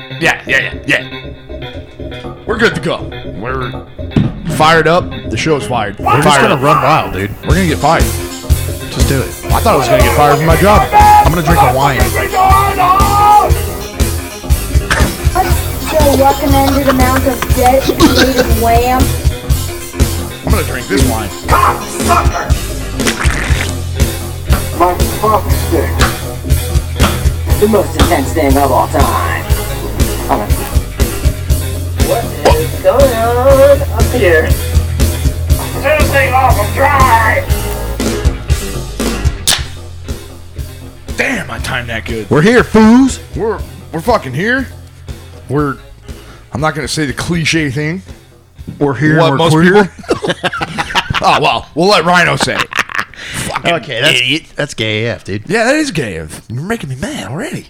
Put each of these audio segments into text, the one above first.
Yeah, yeah, yeah, yeah. We're good to go. We're fired up. The show's fired. fired We're just gonna up. run wild, dude. We're gonna get fired. Just do it. I thought I was gonna get fired from my job. I'm gonna drink a wine. Still recommended amount of debt including wham. I'm gonna drink this wine. My fuck stick. The most intense thing of all time. What is going on up here? Anything off of drive. Damn, I timed that good. We're here, fools. We're we're fucking here. We're I'm not gonna say the cliche thing. We're here. What, and we're most queer. Oh well, we'll let Rhino say it. Okay, that's that's gay AF, dude. Yeah, that is gay. You're making me mad already.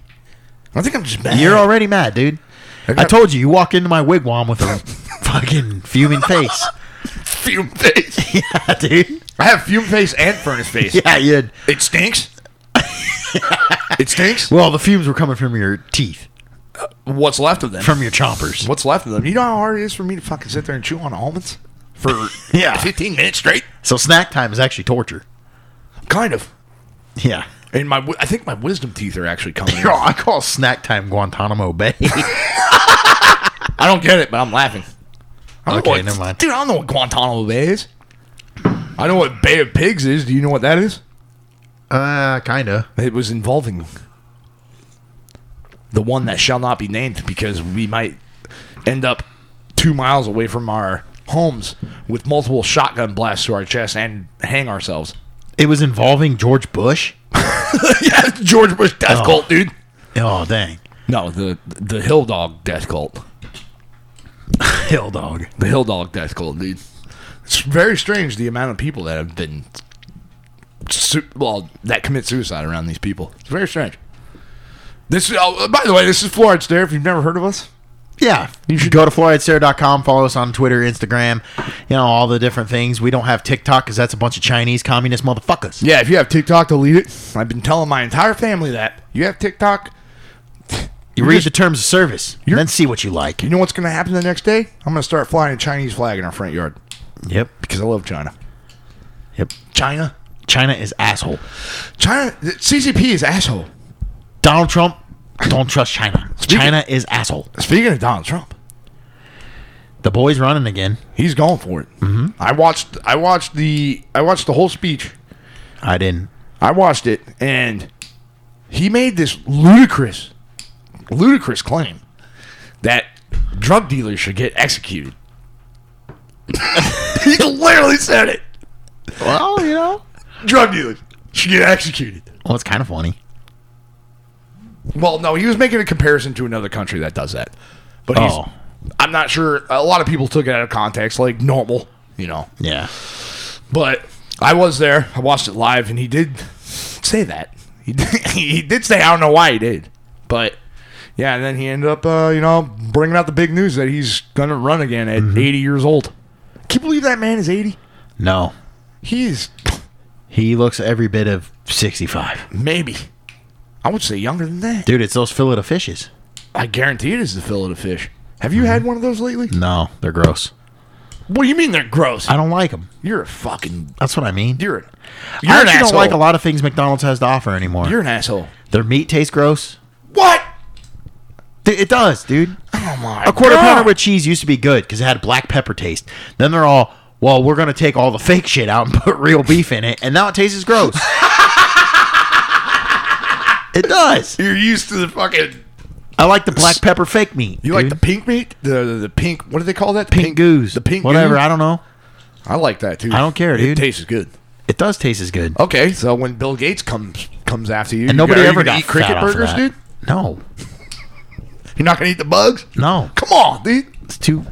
I think I'm just mad. You're already mad, dude. I got- told you, you walk into my wigwam with a fucking fuming face. fume face. yeah, dude. I have fume face and furnace face. Yeah, you. had- It stinks. it stinks. Well, the fumes were coming from your teeth, What's left of them? from your chompers. What's left of them? You know how hard it is for me to fucking sit there and chew on almonds for Yeah. 15 minutes straight? So snack time is actually torture. Kind of. Yeah. And my, wi- I think my wisdom teeth are actually coming. Yo, out. I call snack time Guantanamo Bay. I don't get it, but I'm laughing. I don't know Okay, what- never mind. Dude, I don't know what Guantanamo Bay is. I know what Bay of Pigs is. Do you know what that is? uh, kinda. It was involving the one that shall not be named because we might end up two miles away from our homes with multiple shotgun blasts to our chest and hang ourselves. It was involving George Bush. yeah, George Bush death Oh. cult, dude. Oh, dang. No, the the Hill Dog death cult. Hill dog. The Hill Dog death cult, dude. It's very strange the amount of people that have been su- well that commit suicide around these people. It's very strange. This oh, by the way, this is Florence Dare. If you've never heard of us, Yeah. You should go to fluoridestare.com, follow us on Twitter, Instagram, you know, all the different things. We don't have TikTok because that's a bunch of Chinese communist motherfuckers. Yeah, if you have TikTok, delete it. I've been telling my entire family that. You have TikTok, You read the terms of service, and then see what you like. you know what's going to happen the next day? I'm going to start flying a Chinese flag in our front yard Yep. because I love China. Yep. China? China is asshole. China, the CCP is asshole. Donald Trump, don't trust China. China is asshole. Speaking of Donald Trump, The boy's running again. he's going for it. Mm-hmm. I watched I watched the I watched the whole speech. I didn't. I watched it and he made this ludicrous ludicrous claim that drug dealers should get executed. he literally said it. Well, you know. drug dealers should get executed. Well, it's kind of funny. Well, no, he was making a comparison to another country that does that. But he's, Oh. I'm not sure. A lot of people took it out of context, like normal, you know. Yeah. But I was there. I watched it live, and he did say that. He did, he did say, I don't know why he did. But yeah, and then he ended up, uh, you know, bringing out the big news that he's going to run again at 80 years old. Can you believe that man is 80? No. He's He looks every bit of 65. maybe. I would say younger than that. Dude, it's those fillet of fishes. I guarantee it is the fillet of fish. Have you had one of those lately? No, they're gross. What do you mean they're gross? I don't like them. You're a fucking. That's what I mean. You're a. You're I an actually asshole. don't like a lot of things McDonald's has to offer anymore. You're an asshole. Their meat tastes gross. What? Th- It does, dude. Oh my. A quarter pounder with cheese used to be good because it had black pepper taste. Then they're all, well, we're gonna take all the fake shit out and put real beef in it, and now it tastes gross. it does. You're used to the fucking. I like the black pepper fake meat. You like the pink meat? The, the the pink. What do they call that? The pink, goose? The pink. whatever. goose? I don't know. I like that too. I don't care, It dude. tastes good. It does taste as good. Okay, so when Bill Gates comes comes after Oh, you, and you- nobody are you ever gonna got eat cricket burgers, dude. No, You're not gonna eat the bugs. no. Come on, dude. It's too.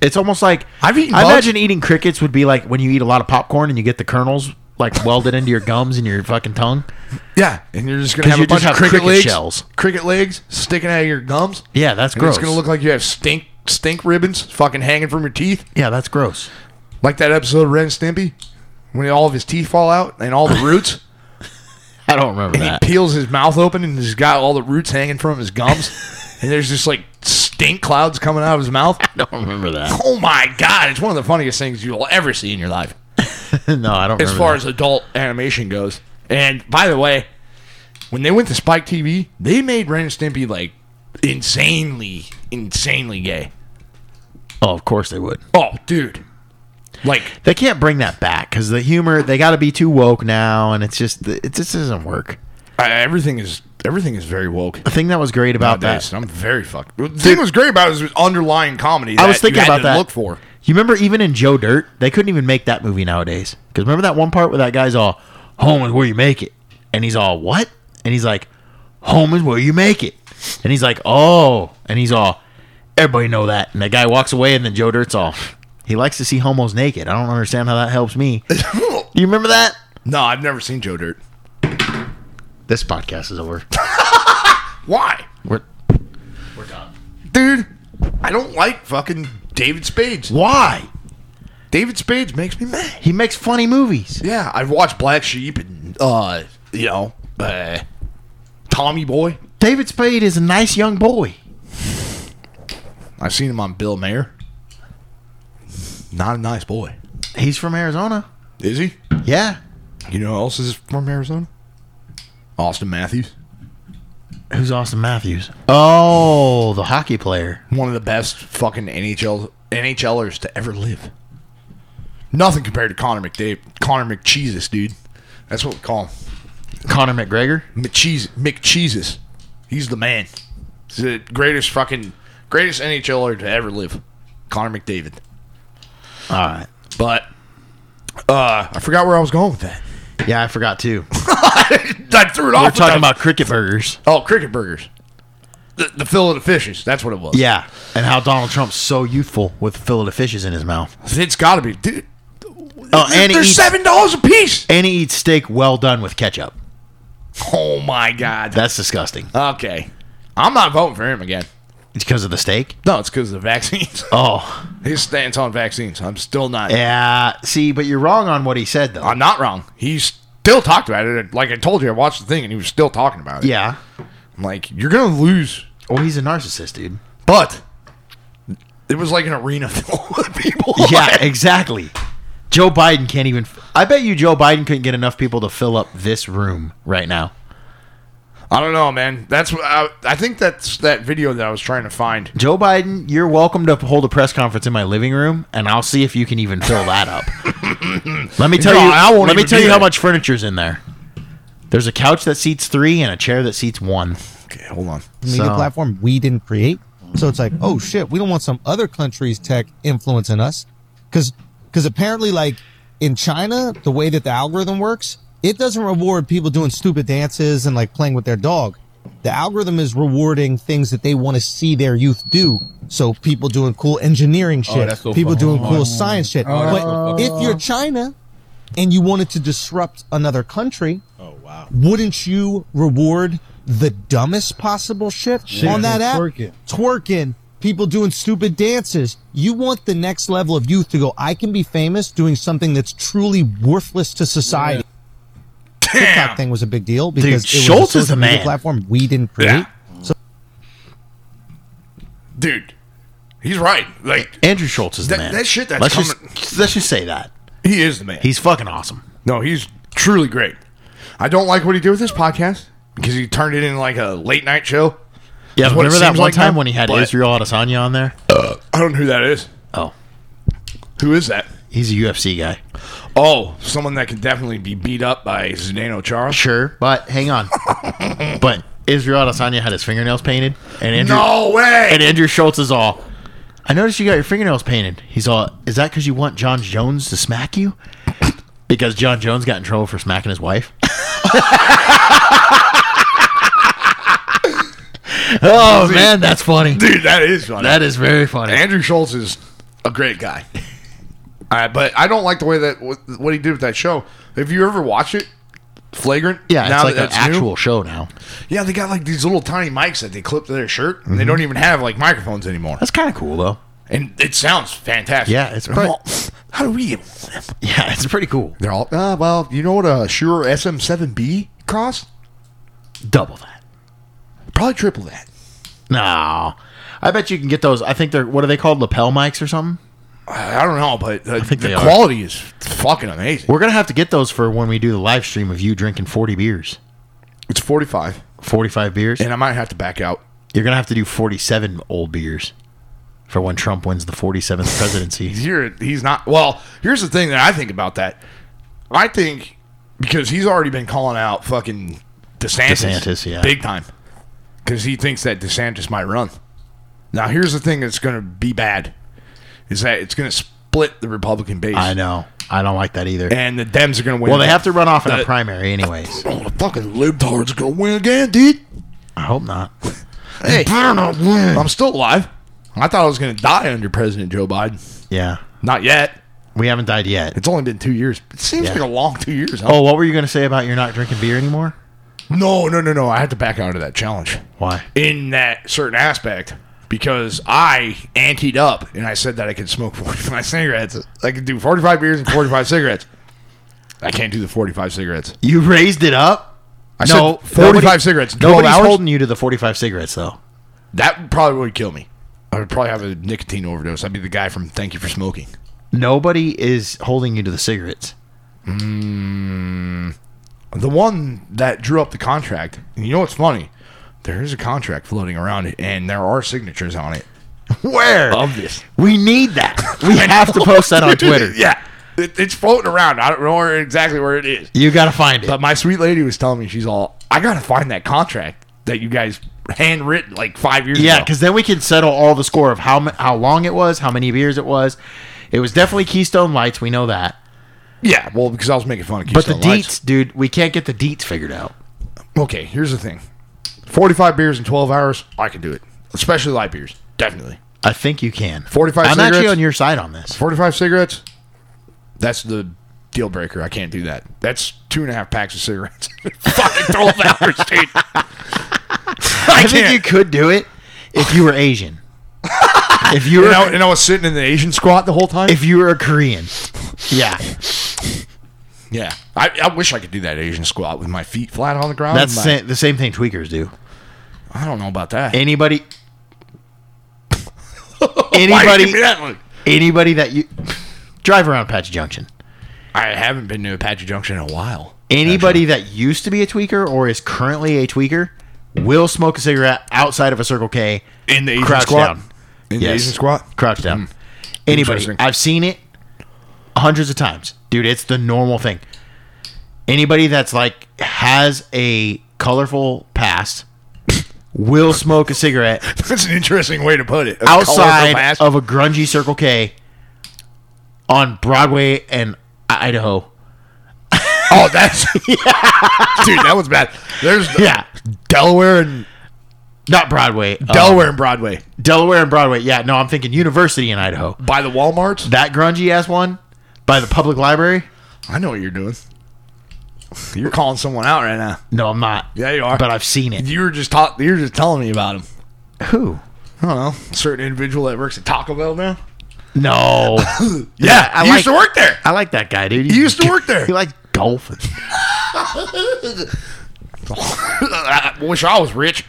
It's almost like I've eaten I bugs. imagine eating crickets would be like when you eat a lot of popcorn and you get the kernels like welded into your gums and your fucking tongue. Yeah, and you're just gonna 'Cause have you a bunch just have of cricket, cricket legs, shells. cricket legs sticking out of your gums. Yeah, that's And gross. It's gonna look like you have stink stink ribbons fucking hanging from your teeth, yeah, that's gross. like that episode of Ren and Stimpy when all of his teeth fall out and all the roots, I don't remember and he peels his mouth open and he's got all the roots hanging from his gums. and there's just like stink clouds coming out of his mouth. don't remember that. Oh my god, it's one of the funniest things you'll ever see in your life no, I don't. as remember far that. as adult animation goes. And by the way, when they went to Spike TV, they made Ren and Stimpy like insanely, insanely gay. oh, of course they would. Oh, dude. Like, They can't bring that back because the humor they got to be too woke now, and it's just it just doesn't work. I, everything is everything is very woke. The thing that was great about Nowadays, that, I'm very fucked. The thing that was great about it was underlying comedy. That I was you thinking had about to that. Look for. You remember even in Joe Dirt, they couldn't even make that movie nowadays because remember that one part where that guy's all home is where you make it, and he's all what, and he's like home is where you make it, and he's like oh, and he's all everybody know that, and the guy walks away, and then Joe Dirt's all he likes to see homos naked. I don't understand how that helps me. Do you remember that? No, I've never seen Joe Dirt. This podcast is over. Why, We're- dude? I don't like fucking David Spades. Why? David Spades makes me mad. He makes funny movies. Yeah, I've watched Black Sheep and uh, you know, uh, Tommy Boy. David Spade is a nice young boy. I've seen him on Bill Mayer. Not a nice boy, He's from Arizona. is he? Yeah. You know who else is from Arizona? Austin Matthews, Who's Austin Matthews? Oh, the hockey player. one of the best fucking NHL NHLers to ever live. Nothing compared to Connor McDavid, Connor McCheesus, dude. That's what we call him. Connor McGregor. McCheese, McCheesus. He's the man. He's the greatest fucking greatest NHLer er to ever live. Connor McDavid. All right. But uh I forgot where I was going with that. Yeah, I forgot too. I threw it off. We're with that. talking about cricket burgers. oh cricket burgers, the, the fillet of fishes. That's what it was. Yeah, and how Donald Trump's so youthful with a fillet of fishes in his mouth. it's got to be. Dude, Oh, and he they're eats, seven dollars a piece. and he eats steak well done with ketchup. Oh my god. That's disgusting. Okay, I'm not voting for him again. It's because of the steak. No, it's because of the vaccines. Oh, His stance on vaccines. I'm still not. yeah. See, but you're wrong on what he said though. I'm not wrong. He still talked about it. Like I told you, I watched the thing and he was still talking about it. yeah. I'm like, you're going to lose. Well, he's a narcissist, dude. But it was like an arena filled with people. Yeah, exactly. Joe Biden can't even. I bet you Joe Biden couldn't get enough people to fill up this room right now. I don't know, man. That's what I, I think that's that video that I was trying to find. Joe Biden, you're welcome to hold a press conference in my living room, and I'll see if you can even fill that up. let me tell No, you. I won't let me even tell do you how that. much furniture's in there. There's a couch that seats three and a chair that seats one. Okay, hold on. media So- platform we didn't create. So it's like, oh shit, we don't want some other country's tech influencing us, because because apparently, like in China, the way that the algorithm works, it doesn't reward people doing stupid dances and like playing with their dog. The algorithm is rewarding things that they want to see their youth do. So people doing cool engineering shit, that's so people fun. doing Oh, cool science shit. oh, that's but so fun. if you're China and you wanted to disrupt another country, Oh wow. wouldn't you reward the dumbest possible shit on that app? twerking. Twerking, people doing stupid dances. You want the next level of youth to go, I can be famous doing something that's truly worthless to society. TikTok thing was a big deal because it was Schultz is a social the media man. platform we didn't create. Yeah. Dude, he's right. Like, Andrew Schultz is the That- man. that shit that's let's coming- just let's just say that he is the man. he's fucking awesome. No, he's truly great. I don't like what he did with this podcast because he turned it into like a late night show. Yeah, That's what it remember that seems one like time now, when he had but- Israel Adesanya on there? I don't know who that is. Oh, Who is that? he's a UFC guy. Oh, someone that could definitely be beat up by Zdeno Charles. Sure, but hang on. but Israel Adesanya had his fingernails painted, and Andrew No way. and Andrew Schultz is all. I noticed you got your fingernails painted. He's all. Is that because you want John Jones to smack you? Because John Jones got in trouble for smacking his wife. oh man, that's funny. Dude, that is funny. That is very funny. Andrew Schultz is a great guy. Uh, but I don't like the way that what, what he did with that show. Have you ever watched it? Flagrant. yeah, it's Now like that an that's new? actual show now. Yeah, they got like these little tiny mics that they clip to their shirt, and they Mm-hmm. don't even have like microphones anymore. That's kind of cool though. And it sounds fantastic. Yeah, it's And pretty- all, How do we get Yeah, it's pretty cool. They're all, uh, well, you know what a Shure SM7B costs? Double that. Probably triple that. No, I bet you can get those. I think they're what are they called? Lapel mics or something. I I don't know, but uh, think the they are. quality is fucking amazing. We're gonna have to get those for when we do the live stream of you drinking forty beers, It's 45, forty-five beers. and I might have to back out. You're gonna have to do forty-seven old beers for when Trump wins the forty-seventh presidency. Here, he's not. Well, here's the thing that I think about that. I think because he's already been calling out fucking DeSantis, DeSantis, yeah. big time, because he thinks that DeSantis might run. Now, here's the thing that's going to be bad is that it's going to split the Republican base, I know. I don't like that either. and the Dems are going to win. well, they have to run off in The- a primary, anyways. Oh, the fucking libtards going to win again, dude. I hope not. Hey, I'm still alive. I thought I was going to die under President Joe Biden. Yeah, Not yet. we haven't died yet. It's only been two years. It seems Yeah. like a long two years. huh? Oh, what were you gonna say about you're not drinking beer anymore? No, no, no, no. I had to back out of that challenge Why? in that certain aspect because I anteed up and I said that I could smoke 45 cigarettes. I could do 45 beers and 45 cigarettes. I can't do the 45 cigarettes. You raised it up. I said 45 nobody- cigarettes, 12 Nobody's hours? holding you to the forty-five cigarettes, though. That probably would kill me. I would probably have a nicotine overdose. I'd be the guy from Thank You for Smoking. Nobody is holding you to the cigarettes. The one that drew up the contract, and you know what's funny? There is a contract floating around, and there are signatures on it Where? of this. We need that. We have to post that on Twitter. yeah, it, it's floating around. I don't know where, exactly where it is. You got to find it. But my sweet lady was telling me she's all, I gotta find that contract that you guys handwritten like five years yeah, ago. because then we can settle all the score of how ma- how long it was, how many beers it was. It was definitely Keystone Lights. We know that. yeah, well, because I was making fun of But the Keystone deets, Lights. dude, we can't get the deets figured out. Okay, here's the thing: forty-five beers in twelve hours, I can do it. Especially light beers, definitely. I think you can. 45 I'm actually cigarettes? on your side on this. Forty-five cigarettes, that's the deal breaker. I can't do that. That's two and a half packs of cigarettes. Fucking twelve hours, dude. I, I, think can't. you could do it if you were Asian. if you were And I, and I was sitting in the Asian squat the whole time. if you were a Korean. Yeah, yeah, I, I wish I could do that Asian squat with my feet flat on the ground. that's Oh My- the same, the same thing tweakers do. I don't know about that. Anybody Why you Anybody give me that look? anybody that you drive around Patch Junction. I haven't been to Apache Junction in a while. Anybody that used to be a tweaker or is currently a tweaker will smoke a cigarette outside of a Circle K, In the Asian Crouch squat. down. In the Yes. Asian squat. crouch down. Anybody. Hmm. Interesting. I've seen it hundreds of times. Dude, it's the normal thing. Anybody that's like has a colorful past will smoke a cigarette That's an interesting way to put it. A colorful outside mask. of a grungy Circle K on Broadway and I- Idaho. oh, that's dude. That was bad. There's Yeah, Uh-huh. Delaware and not Broadway. uh, Delaware and Broadway Delaware and Broadway. Yeah, no, I'm thinking University in Idaho. by the WalMarts. That grungy ass one by the public library. I know what you're doing. You're calling someone out right now. No, I'm not. Yeah, you are. But I've seen it. you were just taught. You were just telling me about him. Who? I don't know. A certain individual that works at Taco Bell now. No, Yeah, I he used like- to work there. I like that guy, dude. He used to work there. He likes golfing. I wish I was rich.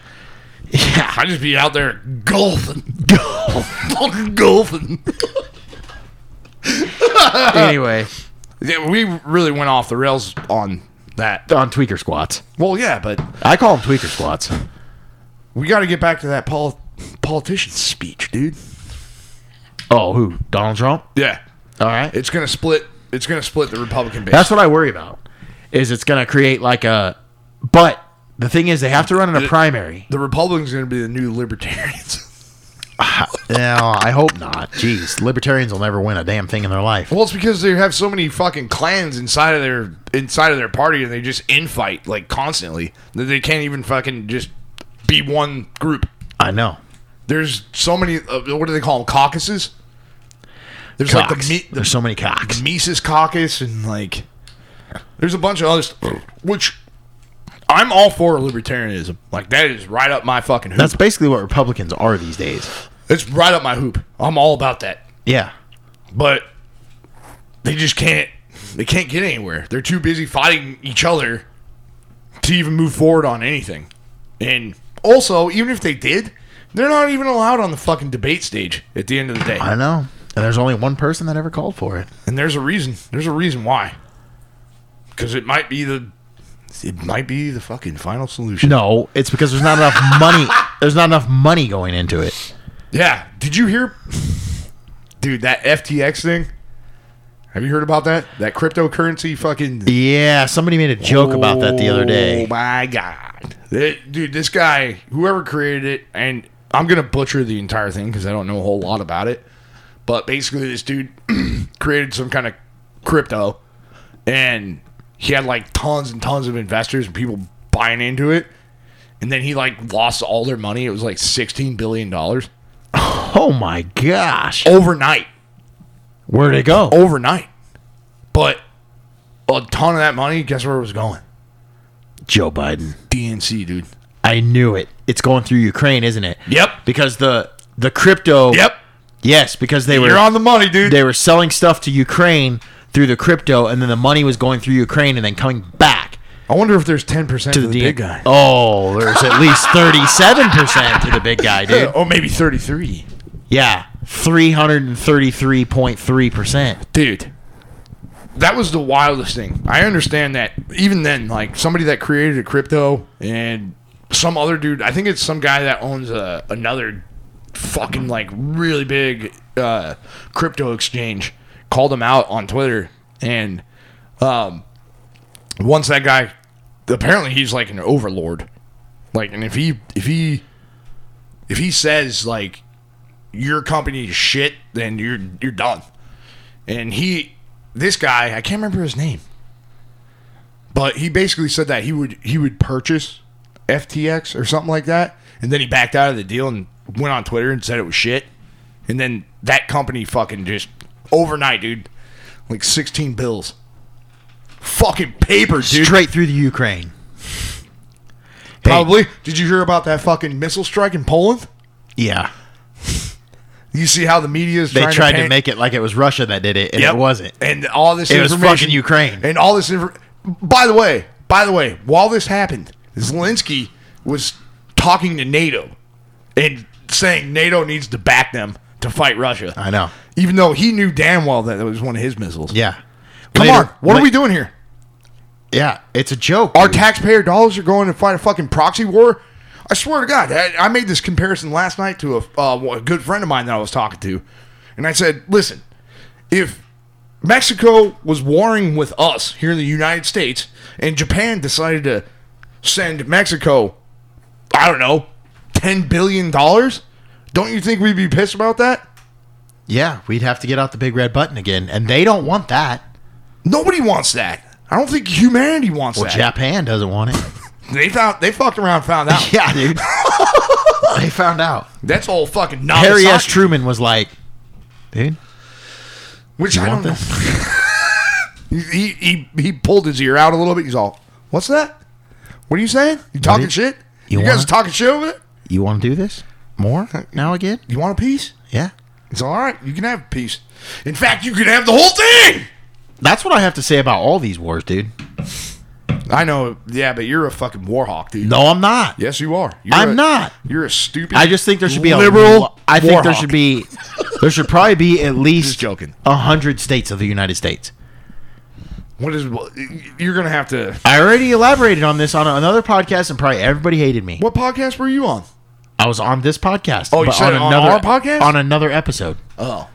Yeah, I'd just be out there golfing, golfing, golfing. anyway, Yeah, we really went off the rails on that. on tweaker squats. Well, yeah, but I call them tweaker squats. we got to get back to that pol- politician speech, dude. Oh, who? Donald Trump. Yeah, All right. it's gonna split. It's gonna split the Republican base. That's what I worry about. Is it's going to create like a. But the thing is, they have to run in a primary. the Republicans are gonna be the new libertarians. No, I hope not. Jeez, libertarians will never win a damn thing in their life. well, it's because they have so many fucking clans inside of their inside of their party, and they just infight like constantly that they can't even fucking just be one group. I know. There's so many. Uh, what do they call them? Caucuses. There's like Cocks. the, me- the There's so many cocks. Mises Caucus and like there's a bunch of others which I'm all for libertarianism. Like that is right up my fucking hoop. That's basically what Republicans are these days. it's right up my hoop. I'm all about that. Yeah. But they just can't they can't get anywhere. They're too busy fighting each other to even move forward on anything. And also, even if they did, They're not even allowed on the fucking debate stage at the end of the day. I know. And there's only one person that ever called for it. And there's a reason. There's a reason why. Because it might be the, it might be the fucking final solution. No, it's because there's not enough money. There's not enough money going into it. Yeah. Did you hear, dude? That FTX thing. Have you heard about that? That cryptocurrency fucking Yeah, somebody made a joke about that the other Oh day. my god, That- dude! This guy, whoever created it, and I'm gonna butcher the entire thing because I don't know a whole lot about it. But basically, this dude created some kind of crypto, and he had like tons and tons of investors and people buying into it. And then he like lost all their money. It was like sixteen billion dollars Oh my gosh. overnight. Where'd it go? Overnight, but a ton of that money. Guess where it was going? Joe Biden. DNC, dude. I knew it. It's going through Ukraine, isn't it? Yep. Because the the crypto Yep. Yes, because they were You're on the money, dude. they were selling stuff to Ukraine through the crypto and then the money was going through Ukraine and then coming back I wonder if there's ten percent to the, D- big guy, Oh, there's at least 37% to the big guy, dude. or Oh, maybe thirty-three, Yeah, 333.3%. dude. That was the wildest thing. I understand that. Even then, like somebody that created a crypto and some other dude, I think it's some guy that owns a, another fucking like really big uh, crypto exchange called him out on Twitter, and um, once that guy, apparently he's like an overlord, like, and if he if he if he says like your company is shit, then you're you're done. And he, this guy, I can't remember his name, but he basically said that he would he would purchase FTX or something like that, and then he backed out of the deal and went on Twitter and said it was shit, and then that company fucking just overnight, dude, like sixteen bills, fucking paper, dude. Straight through the Ukraine. Hey, Probably. Did you hear about that fucking missile strike in Poland? yeah. You see how the media is They trying tried to, to, paint- make it like it was Russia that did it, and Yep. it wasn't. And all this It was information- fucking Ukraine. And all this infor- By the way, by the way, while this happened, Zelensky was talking to NATO and saying NATO needs to back them to fight Russia. I know. Even though he knew damn well that it was one of his missiles. Yeah. Come Later- on. What la- are we doing here? Yeah, it's a joke. Our dude. taxpayer dollars are going to fight a fucking proxy war. I swear to God, I, I made this comparison last night to a, uh, a good friend of mine that I was talking to, and I said, "Listen, if Mexico was warring with us here in the United States, and Japan decided to send Mexico, I don't know, ten billion dollars, don't you think we'd be pissed about that? yeah, we'd have to get out the big red button again, and they don't want that. Nobody wants that. I don't think humanity wants Well, that. Japan doesn't want it. they found they fucked around, and found out. yeah, dude. they found out. That's all fucking Harry S. nonsense. Truman was like, dude, Which you I don't want know. this? He, he he pulled his ear out a little bit. He's all, "What's that? What are you saying? You talking you- shit? you You, guys wanna- talking shit over there? You want to do this more now again? You want a piece? Yeah. It's all right. You can have a piece. In fact, you can have the whole thing." That's what I have to say about all these wars, dude. I know. Yeah, but you're a fucking war hawk, dude. No, I'm not. Yes, you are. You're I'm a- not. You're a stupid. I just think there should be a liberal. I think war there hawk. should be. There should probably be at least Just joking. a hundred states of the United States. What is? You're gonna have to. I already elaborated on this on another podcast, and probably everybody hated me. What podcast were you on? I was on this podcast. Oh, you but said it on another our podcast? on another episode. Oh,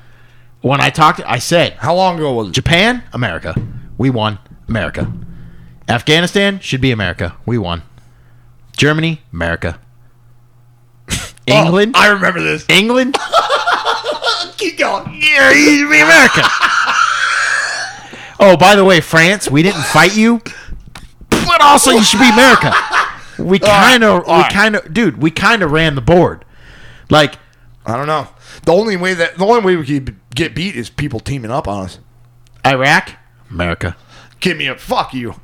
When I talked, I said how long ago was it? Japan, America, we won. America, Afghanistan should be America. We won. Germany, America. England, Oh, I remember this. England. Keep going. Yeah, you should be America. oh, by the way, France, we didn't fight you, but also you should be America. We kind of, all we right. kind of, dude, we kind of ran the board. Like, I don't know. The only way that the only way we could get beat is people teaming up on us. Iraq, America. Give me a fuck you.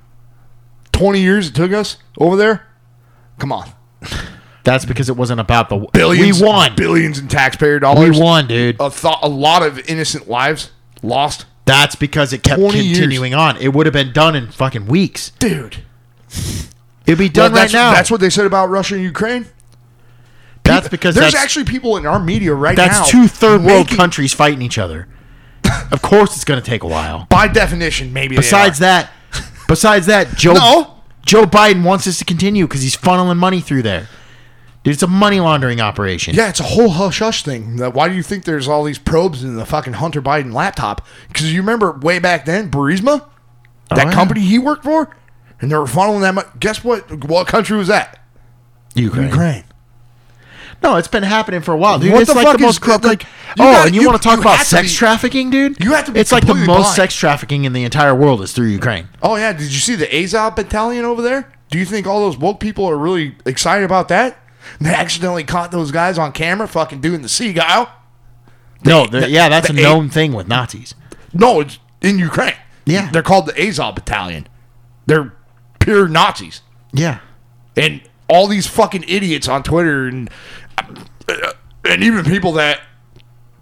Twenty years it took us over there. Come on, That's because it wasn't about the billions. We won. billions in taxpayer We dollars. won, dude. a, th- a lot of innocent lives lost, That's because it kept 20 years. continuing on. It would have been done in fucking weeks. dude. It'd be done right that's, now. That's what they said about Russia and Ukraine. That's because there's that's- actually people in our media right That's now. two third world making- countries fighting each other. Of course, it's going to take a while. By definition, maybe. Besides they are. that, besides that, Joe No. Joe Biden wants this to continue because he's funneling money through there. Dude, it's a money laundering operation. Yeah, it's a whole hush hush thing. That- Why do you think there's all these probes in the fucking Hunter Biden laptop? Because you remember way back then, Burisma, that Oh, yeah. company he worked for, and they were funneling that. Much. Guess what? What country was that? Ukraine. No, it's been happening for a while, dude. What it's the like fuck the most is- corrupt. like, Like, you oh, gotta- and you, you- want to talk you about have to sex be- trafficking, dude? you have to be It's like the most completely blind. sex trafficking in the entire world is through Ukraine. Oh yeah, did you see the Azov battalion over there? Do you think all those woke people are really excited about that? They accidentally caught those guys on camera fucking doing the seagull. no, they're- yeah, that's the a known thing with Nazis. No, it's in Ukraine. Yeah. They're called the Azov battalion. They're pure Nazis. Yeah, and all these fucking idiots on Twitter and uh, and even people that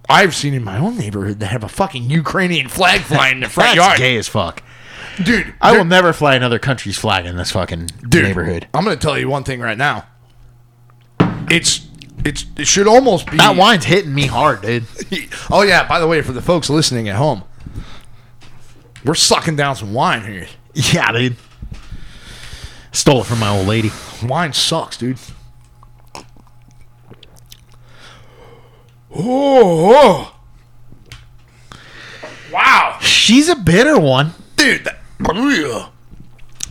I've seen in my own neighborhood that have a fucking Ukrainian flag flying in their front that's yard, gay as fuck. dude. I they're- will never fly another country's flag in this fucking dude, neighborhood. I'm gonna tell you one thing right now. It's it's it should almost be That wine's hitting me hard, dude. Oh yeah, by the way, for the folks listening at home, we're sucking down some wine here. Yeah, dude. Stole it from my old lady. Wine sucks, dude. Oh, oh. wow, She's a bitter one. dude! That, Ugh.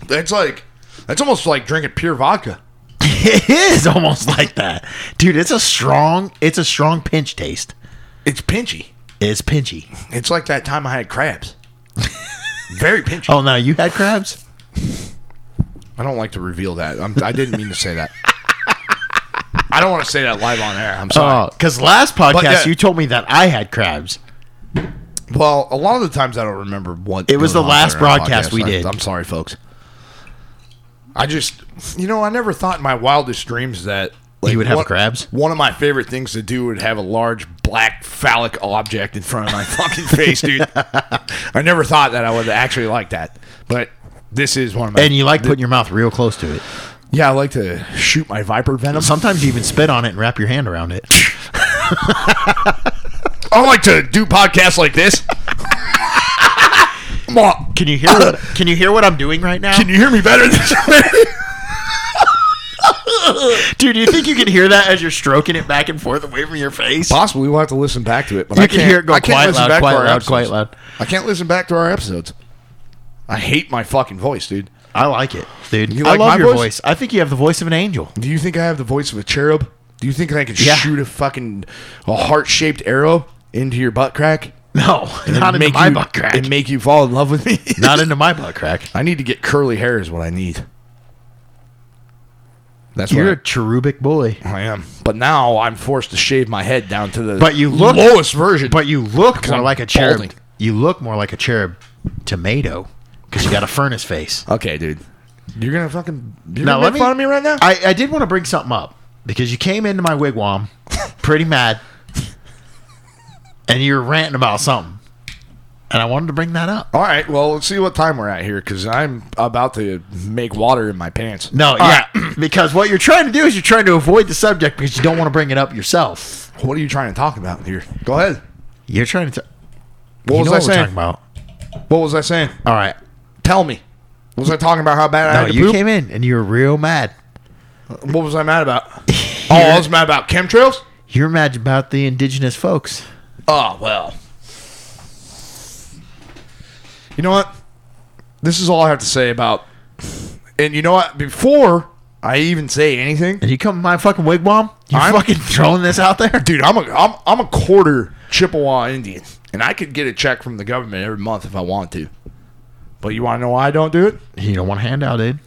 that's like that's almost like drinking pure vodka. It is almost like that, dude. It's a strong. It's a strong pinch taste. It's pinchy. It's pinchy. It's like that time I had crabs. Very pinchy. Oh, now you had crabs. I don't like to reveal that. I'm, I didn't mean to say that. I don't want to say that live on air. I'm sorry. Oh, because last podcast yeah. you told me that I had crabs. Well, a lot of the times I don't remember what It was the goes on last during our broadcast we I- did. I'm sorry, folks. I just, you know, I never thought in my wildest dreams that like, You would have one- crabs? One of my favorite things to do would have a large black phallic object in front of my fucking face, dude. I never thought that I would actually like that, but this is one of my. And you like putting your mouth real close to it. yeah, I like to shoot my viper venom. Sometimes you even spit on it and wrap your hand around it. I like to do podcasts like this. Come on. Can you hear? What, can you hear what I'm doing right now, Can you hear me better this way? dude? Do you think you can hear that as you're stroking it back and forth away from your face? Possibly we'll have to listen back to it. But You I can can't- hear it go I can't quiet, listen loud, back to quiet, our loud, episodes. quiet, loud. I can't listen back to our episodes. I hate my fucking voice, dude. I like it, dude. You I like love my your voice? voice. I think you have the voice of an angel. Do you think I have the voice of a cherub? Do you think I could Yeah. shoot a fucking a heart shaped arrow into your butt crack? No, and not into make my you, butt crack. And make you fall in love with me? not into my butt crack. I need to get curly hair is what I need. That's You're a what cherubic boy, I, I am. But now I'm forced to shave my head down to the But you look- lowest version. but you look more I'm like a cherub. balding. You look more like a cherub tomato because you got a furnace face. okay, dude. You're gonna fucking you're Now, gonna let make me- fun of me right now? I, I did want to bring something up because you came into my wigwam pretty mad and you were ranting about something. And I wanted to bring that up. All right. Well, let's see what time we're at here because I'm about to make water in my pants. No, yeah. because what you're trying to do is you're trying to avoid the subject because you don't want to bring it up yourself. What are you trying to talk about here? Go ahead. You're trying to. What you was know I what we're saying? talking about. What was I saying? All right. Tell me. Was I talking about how bad I No, had to you poop? came in and you were real mad. What was I mad about? oh, I was mad about chemtrails. You're mad about the indigenous folks. Oh well. You know what? This is all I have to say about. And you know what? Before I even say anything, And you come in my fucking wigwam? You I'm- fucking throwing this out there? dude, I'm a I'm, I'm a quarter Chippewa Indian, and I could get a check from the government every month if I want to. But you want to know why I don't do it? You don't want a handout, dude.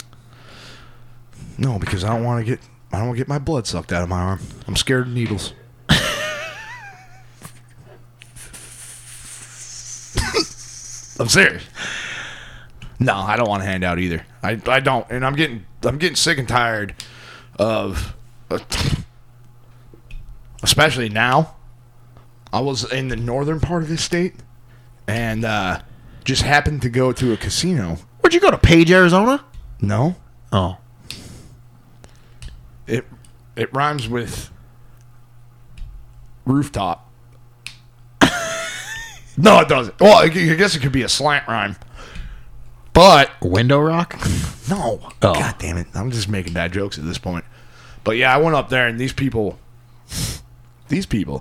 No, because I don't want to get I don't want to get my blood sucked out of my arm. I'm scared of needles. I'm serious. No, I don't want a handout either. I, I don't, and I'm getting I'm getting sick and tired of, uh, especially now. I was in the northern part of this state, and uh, just happened to go to a casino. Where'd you go to Page, Arizona? No, Oh. it it rhymes with rooftop. no, it doesn't. Well, I gu- I guess it could be a slant rhyme. But Window rock? no. Oh. God damn it. I'm just making bad jokes at this point. But yeah, I went up there and these people these people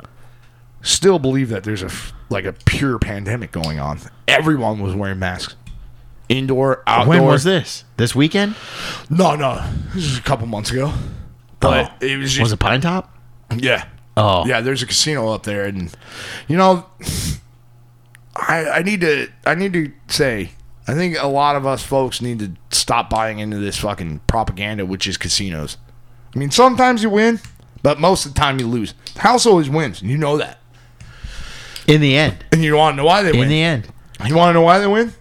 still believe that there's a f- like a pure pandemic going on. Everyone was wearing masks. Indoor, outdoor. When was this? This weekend? No, no. This was a couple months ago. But Oh. it was just Was it Pine Top? yeah. Oh. Yeah, there's a casino up there and you know I I need to I need to say I think a lot of us folks need to stop buying into this fucking propaganda which is casinos. I mean, sometimes you win, but most of the time you lose. The house always wins, and you know that. In the end. And you want to know why they In win. the end. you want to know why they win?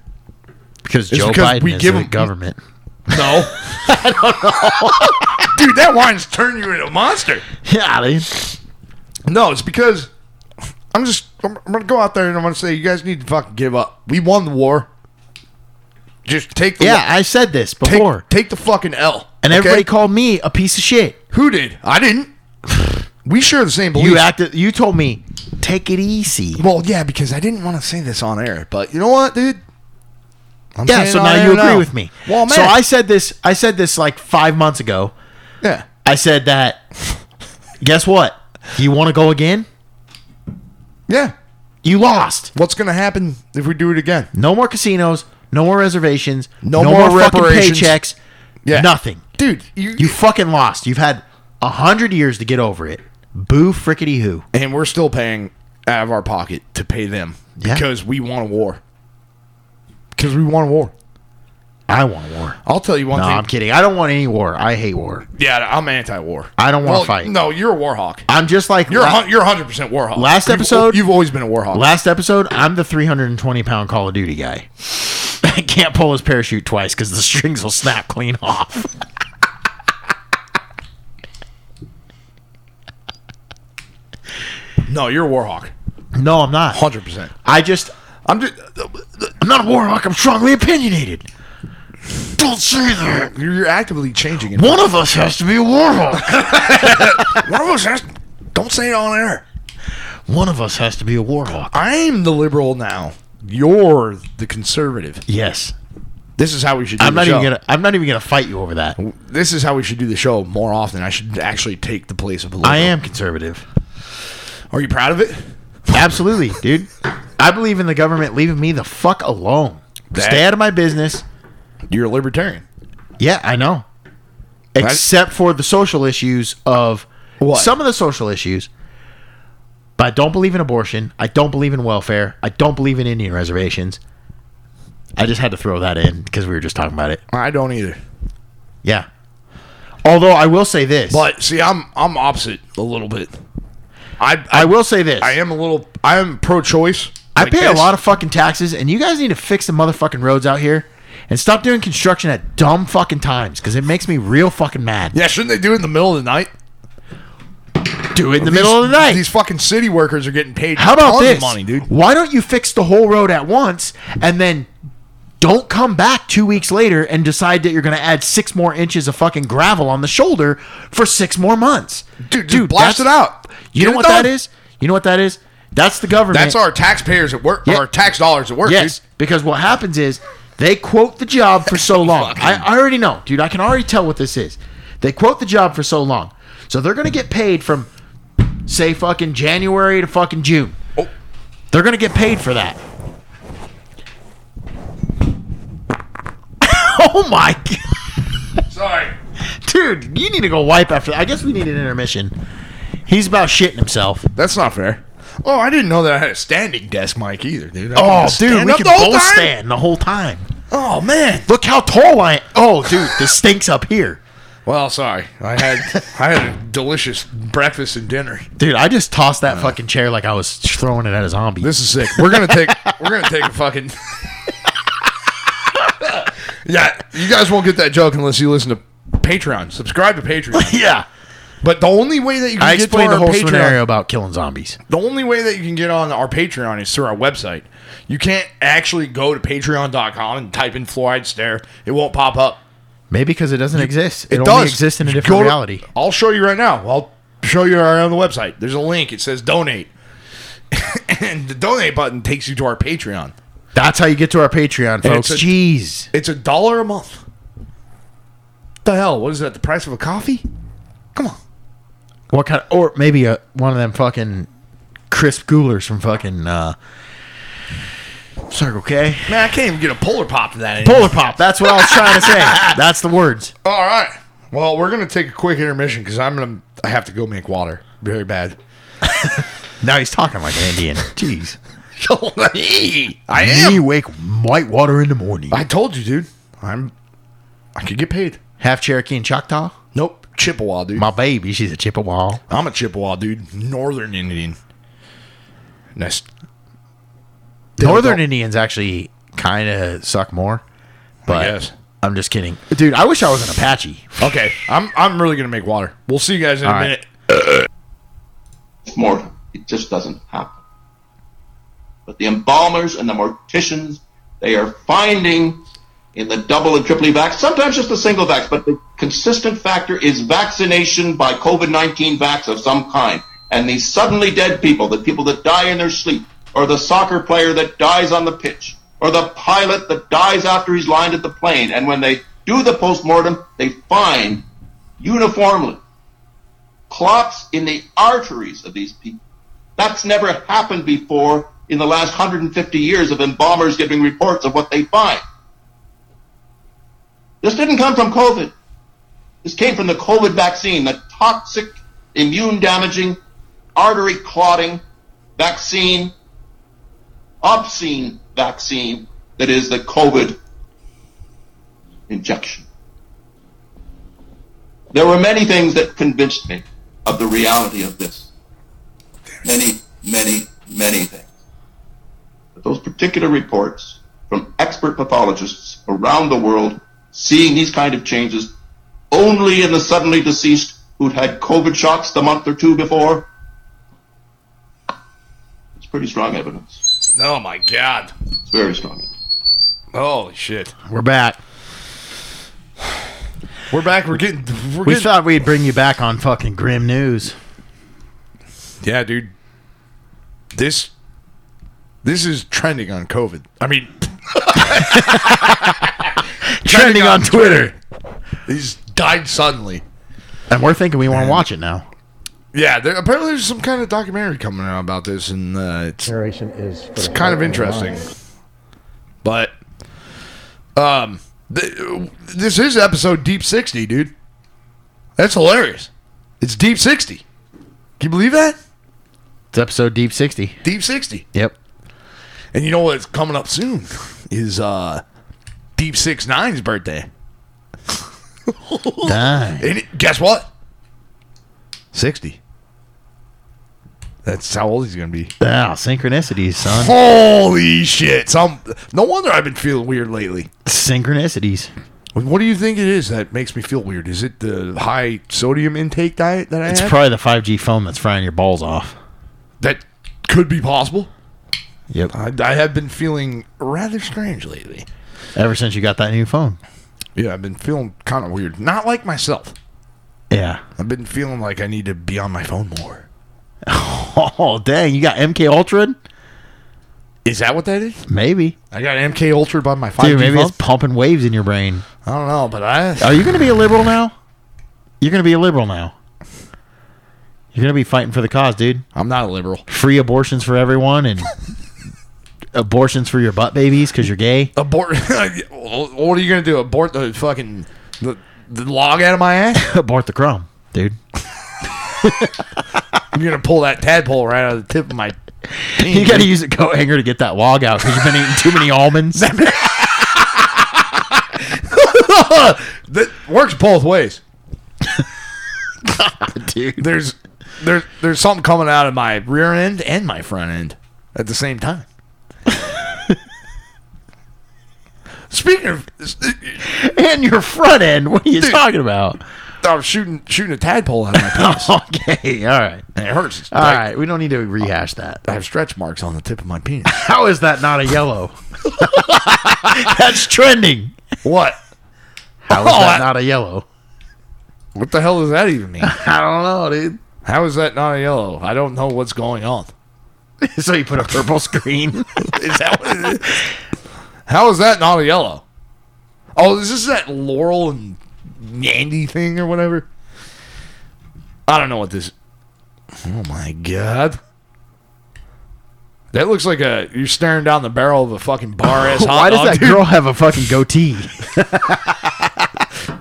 Because It's Joe because Biden we is give the 'em- government. No. I don't know. Dude, that wine's turned you into a monster. Yeah, dude. No, it's because I'm just I'm, I'm gonna go out there and I'm gonna say you guys need to fucking give up. We won the war. Just take the Yeah, I said this take, before. take the fucking L. and okay? everybody called me a piece of shit. who did? I didn't. We share the same beliefs. You acted you told me, take it easy. well, yeah, because I didn't want to say this on air, but you know what, dude? I'm Yeah, saying it so on now air you agree with me. Well, man, So I said this I said this like five months ago. yeah. I said that guess what? You wanna go again? Yeah. You lost. What's gonna happen if we do it again? No more casinos, no more reservations, No no, more more, fucking reparations. paychecks, Yeah. nothing. Dude, you, You fucking lost. You've had a hundred years to get over it. Boo frickety hoo. and we're still paying out of our pocket to pay them Yeah. because we want a war. Because we want a war. I want war. I'll tell you one No, thing. I'm kidding. I don't want any war. I hate war. Yeah, I'm anti-war. I don't wanna fight. No, you're a war hawk. I'm just like You're a la- hun- you're 100 percent war hawk. Last You've- episode- you've always been a war hawk. last episode. I'm the 320 pound Call of Duty guy. I can't pull his parachute twice because the strings will snap clean off. no, you're a war hawk. No, I'm not. 100. percent I just I'm just I'm not a war hawk. I'm strongly opinionated. Don't say that. you're you're actively changing it. One of us has to be a war hawk. One of us has- Don't say it on air. One of us has to be a war hawk. I'm the liberal now. You're the conservative. Yes. This is how we should. Do I'm the not even show. gonna. I'm not even gonna fight you over that. This is how we should do the show more often. I should actually take the place of a liberal. I am conservative. Are you proud of it? Absolutely, dude. I believe in the government leaving me the fuck alone. That- Stay out of my business. You're a libertarian. Yeah, I know. Except for the social issues of What? some of the social issues. But I don't believe in abortion. I don't believe in welfare. I don't believe in Indian reservations. I just had to throw that in because we were just talking about it. I don't either. Yeah. Although I will say this, But see, I'm I'm opposite a little bit. I I will say this. I am a little. I am pro-choice. I like pay a this. lot of fucking taxes, and you guys need to fix the motherfucking roads out here and stop doing construction at dumb fucking times because it makes me real fucking mad. Yeah, shouldn't they do it in the middle of the night? do it in the middle of the night. These fucking city workers are getting paid. How about tons of this? money, dude? Why don't you fix the whole road at once and then don't come back two weeks later and decide that you're going to add six more inches of fucking gravel on the shoulder for six more months? Dude, dude, blast it that's- out. You Get know it what done. that is? You know what that is? That's the government. That's our taxpayers at work. Yeah. Our tax dollars at work. Yes, because what happens is they quote the job for so long. I, I already know, dude. I can already tell what this is. They quote the job for so long, so they're gonna get paid from say fucking January to fucking June. They're gonna get paid for that. oh my god, Dude. Sorry. dude! You need to go wipe after. I guess we need an intermission. He's about shitting himself. That's not fair. Oh, I didn't know that I had a standing desk mic either, dude. I Oh, can stand dude, we up can the whole both time? stand the whole time. Oh man. Look how tall I am. Oh, dude, this stinks up here. Well, sorry. I had I had a delicious breakfast and dinner. Dude, I just tossed that fucking chair like I was throwing it at a zombie. Uh. This is sick. We're gonna take we're gonna take a fucking Yeah, you guys won't get that joke unless you listen to Patreon. Subscribe to Patreon. yeah. But the only way that you can I get to explained the our whole Patreon, scenario about killing zombies. the only way that you can get on our Patreon is through our website. You can't actually go to patreon.com and type in fluoride stare. It won't pop up. Maybe because it doesn't exist. It, It only does exists in a Just different go to- reality. I'll show you right now. I'll show you our on the website. There's a link. It says donate, and the donate button takes you to our Patreon. That's how you get to our Patreon, folks. a- Jeez. It's a dollar a month. The hell? What is that? The price of a coffee? Come on. What kind of, or maybe a, one of them fucking crisp coolers from fucking uh, Circle K. Man, I can't even get a polar pop for that. anymore. Polar Pop. That's what I was trying to say. That's the words. All right. Well, we're gonna take a quick intermission because I'm gonna. I have to go make water. Very bad. Now he's talking like an Indian. Jeez. I Me am. wake white water in the morning. I told you, dude. I'm. I could get paid. Half Cherokee and Choctaw. Nope. Chippewa, dude. My baby, she's a Chippewa. I'm a Chippewa, dude. Northern Indian. Nice. Northern Indians actually kind of suck more. But I guess. am just kidding, dude. I wish I was an Apache. Okay. I'm. I'm really gonna make water. We'll see you guys in a All right. minute. more. It just doesn't happen. But the embalmers and the morticians, they are finding in the double and triply vax, sometimes just the single vax, but the consistent factor is vaccination by COVID 19 vax of some kind. And these suddenly dead people, the people that die in their sleep, or the soccer player that dies on the pitch, or the pilot that dies after he's landed the plane. And when they do the postmortem, they find uniformly clots in the arteries of these people. That's never happened before in the last 150 years of embalmers giving reports of what they find. This didn't come from COVID. This came from the COVID vaccine, the toxic, immune damaging, artery clotting vaccine, obscene vaccine that is the COVID injection. There were many things that convinced me of the reality of this. Many, many, many things. But those particular reports from expert pathologists around the world seeing these kind of changes only in the suddenly deceased who'd had COVID shocks the month or two before, it's pretty strong evidence. Oh my god. It's very strong evidence. Holy shit. We're back. We're back. We're getting. We're We getting. thought we'd bring you back on fucking grim news. yeah, dude. This. This is trending on COVID. I mean, Trending on Twitter, he's died suddenly. and we're thinking we want to watch it now. Yeah, there, apparently there's some kind of documentary coming out about this, and uh, it's generation is for it's the kind of heart and interesting. mind. But um, th- this is episode deep sixty, dude. That's hilarious. It's deep sixty. Can you believe that? It's episode deep sixty. Deep sixty. Yep. And you know what's coming up soon is uh Deep Six Nine's birthday. Dang. And it- guess what? Sixty. That's how old he's gonna be. Wow, synchronicities, son. Holy shit! Some no wonder I've been feeling weird lately. Synchronicities. What do you think it is that makes me feel weird? Is it the high sodium intake diet that I It's have? probably the five G phone that's frying your balls off. that could be possible. Yep. I, I have been feeling rather strange lately. Ever since you got that new phone. Yeah, I've been feeling kind of weird. Not like myself. Yeah. I've been feeling like I need to be on my phone more. Oh dang, you got MK Ultra? Is that what that is? Maybe. I got MK Ultra by my 5G Dude, maybe phone. it's pumping waves in your brain. I don't know, but I Are you going to be a liberal now? You're going to be a liberal now. You're going to be fighting for the cause, dude. I'm not a liberal. Free abortions for everyone and abortions for your butt babies because you're gay. Abort. what are you gonna do? Abort the fucking the, the log out of my ass? Abort the crumb, dude. I'm gonna pull that tadpole right out of the tip of my. You got to use a coat hanger to get that log out because you've been eating too many almonds. That works both ways. dude. There's there's there's something coming out of my rear end and my front end at the same time. Speaking of, uh, And your front end. What are you Dude. talking about? I was shooting shooting a tadpole out of my penis. Okay. All right. and it hurts. It's All like- right. We don't need to rehash that. I have stretch marks on the tip of my penis. How is that not a yellow? That's trending. what? How is Oh, that I- not a yellow? What the hell does that even mean? I don't know, dude. How is that not a yellow? I don't know what's going on. so you put a purple screen. Is that what it is? How is that not a yellow? Oh, is this that Laurel and Yandy thing or whatever? I don't know what this. Oh my god. That looks like a you're staring down the barrel of a fucking bar ass hot Why dog. does that dude. girl have a fucking goatee?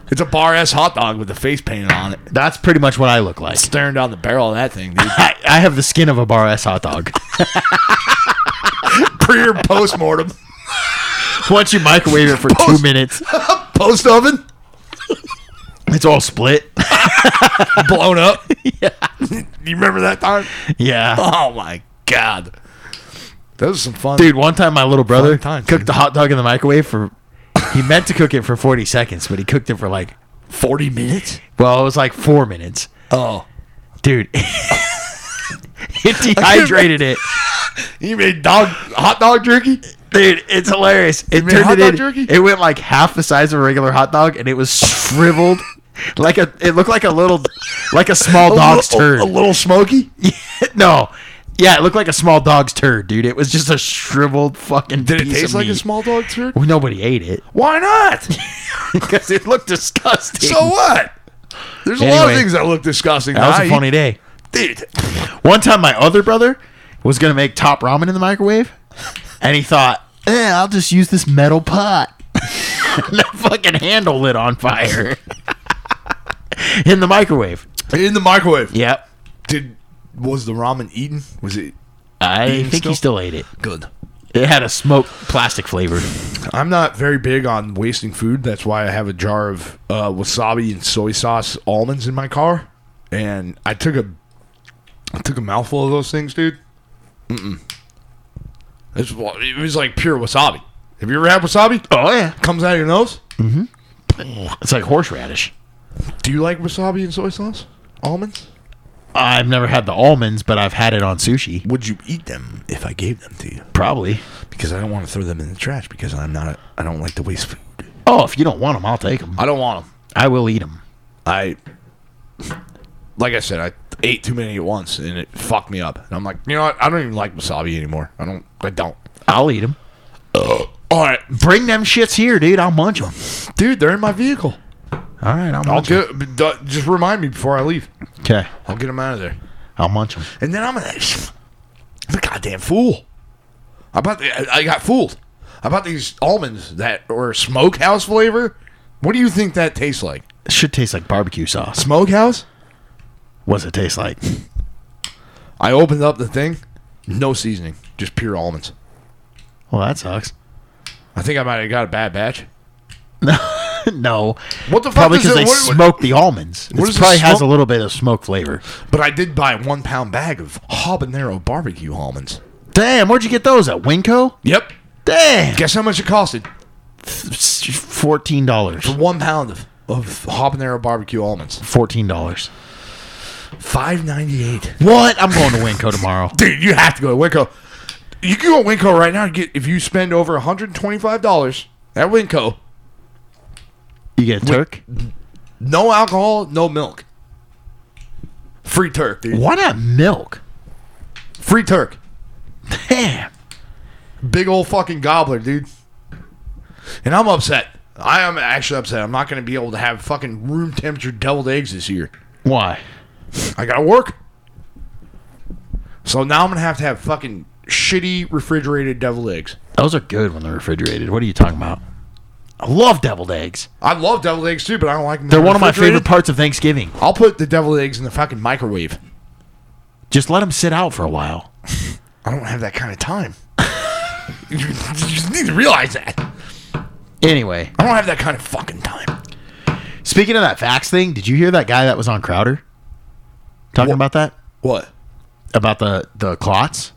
It's a bar ass hot dog with the face painted on it. That's pretty much what I look like. Staring down the barrel of that thing, dude. I, I have the skin of a bar ass hot dog. Pre or post mortem. Once you microwave it for two Post- minutes, Post oven? it's all split. Blown up. yeah. you remember that time? Yeah. Oh my god. Those are some fun Dude, one time my little brother Fun times, cooked dude. a hot dog in the microwave for. He meant to cook it for 40 seconds, but he cooked it for like, 40 minutes? well, it was like four minutes. Oh. Dude, it dehydrated it. You made dog hot dog jerky? Dude, it's hilarious. It made turned hot it dog in, jerky? It went like half the size of a regular hot dog, and it was shriveled. Like a, it looked like a little, like a small dog's little- turd. A little smoky? no, yeah, it looked like a small dog's turd, dude. It was just a shriveled fucking. Did it piece taste of like a meat. small dog turd? Well, nobody ate it Why not? because it looked disgusting. so what? There's a lot of Anyway. things that look disgusting. that was I a eat. funny day. dude. One time, my other brother was gonna make top ramen in the microwave, and he thought, eh, "I'll just use this metal pot." and that fucking handle lit on fire in the microwave. In the microwave. Yep, Did was the ramen eaten? Was it I Eating think still? he still ate it. good? It had a smoked plastic flavored. I'm not very big on wasting food. That's why I have a jar of uh, wasabi and soy sauce almonds in my car. And I took a, I took a mouthful of those things, dude. Mm-mm. It's, wa- it was like pure wasabi. Have you ever had wasabi? Oh yeah, Comes out of your nose. it's like horseradish. Do you like wasabi and soy sauce almonds? I've never had the almonds, but I've had it on sushi. Would you eat them if I gave them to you? Probably. Because I don't want to throw them in the trash. Because I'm not. A, I don't like to waste food. Oh, if you don't want them, I'll take them. I don't want them. I will eat them. I, like I said, I ate too many at once and it fucked me up. And I'm like, you know what? I don't even like wasabi anymore. I don't. I don't. I'll eat them. All right, Bring them shits here, dude. I'll munch them. dude, they're in my vehicle. All right, I'll I'll munch them. get. but, uh, Just remind me before I leave. Okay, I'll get them out of there. I'll munch them. And then I'm gonna. I'm a goddamn fool. I bought. The, I- I got fooled. I bought these almonds that were smokehouse flavor. What do you think that tastes like? should taste like barbecue sauce. Smokehouse? What's it taste like? I opened up the thing. No seasoning, just pure almonds. Well, that sucks. I think I might have got a bad batch. no, What the fuck probably is because it- they what- what- smoked the almonds. What It is the probably has a smoke- little bit of smoke flavor. But I did buy a one pound bag of habanero barbecue almonds. Damn, where'd you get those at Winco? Yep. Damn, Guess how much it costed? fourteen dollars. One pound of, of habanero barbecue almonds. Fourteen dollars. Five ninety eight. What? I'm going to Winco tomorrow. Dude, you have to go to Winco. You can go to Winco right now and get if you spend over one hundred twenty five dollars at Winco. You get a Turk? No alcohol, no milk. Free Turk, dude. Why not milk? Free Turk. Damn. Big old fucking gobbler, dude. And I'm upset. I am actually upset. I'm not going to be able to have fucking room temperature deviled eggs this year. Why? I gotta work. So now I'm gonna have to have fucking shitty refrigerated deviled eggs. Those are good when they're refrigerated. What are you talking about? I love deviled eggs. I love deviled eggs too, but I don't like them. They're one of my refrigerated. favorite parts of Thanksgiving. I'll put the deviled eggs in the fucking microwave. Just let them sit out for a while. I don't have that kind of time. you just need to realize that. Anyway, I don't have that kind of fucking time. Speaking of that fax thing, did you hear that guy that was on Crowder talking about that? What? About the the clots?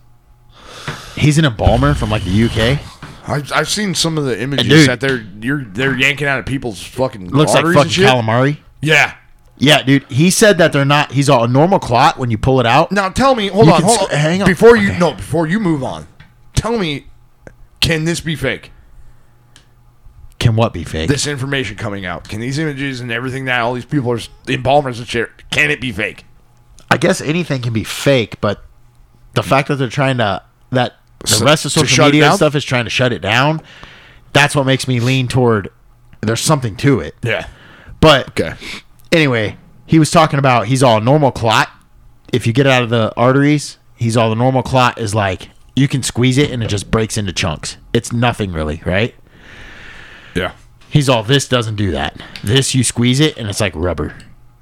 He's an embalmer from like the UK. I've, I've seen some of the images dude. that they're you're they're yanking out of people's fucking Looks like arteries fucking and shit. calamari. Yeah. Yeah, dude. He said that they're not. He's all, a normal clot when you pull it out. Now tell me, hold You on, can hold sc- on. hang on. Before you Okay. no, before you move on, tell me, can this be fake? Can what be fake? this information coming out? Can these images and everything that all these people are s- embalmers and shit, can it be fake? I guess anything can be fake, but the fact that they're trying to that the So- rest of to social shut it media and down? stuff is trying to shut it down. That's what makes me lean toward there's something to it. Yeah. But Okay. anyway, he was talking about he's all normal clot. If you get it out of the arteries, he's all the normal clot is like you can squeeze it and it just breaks into chunks. It's nothing really, right? Yeah. He's all this doesn't do that. This you squeeze it and it's like rubber.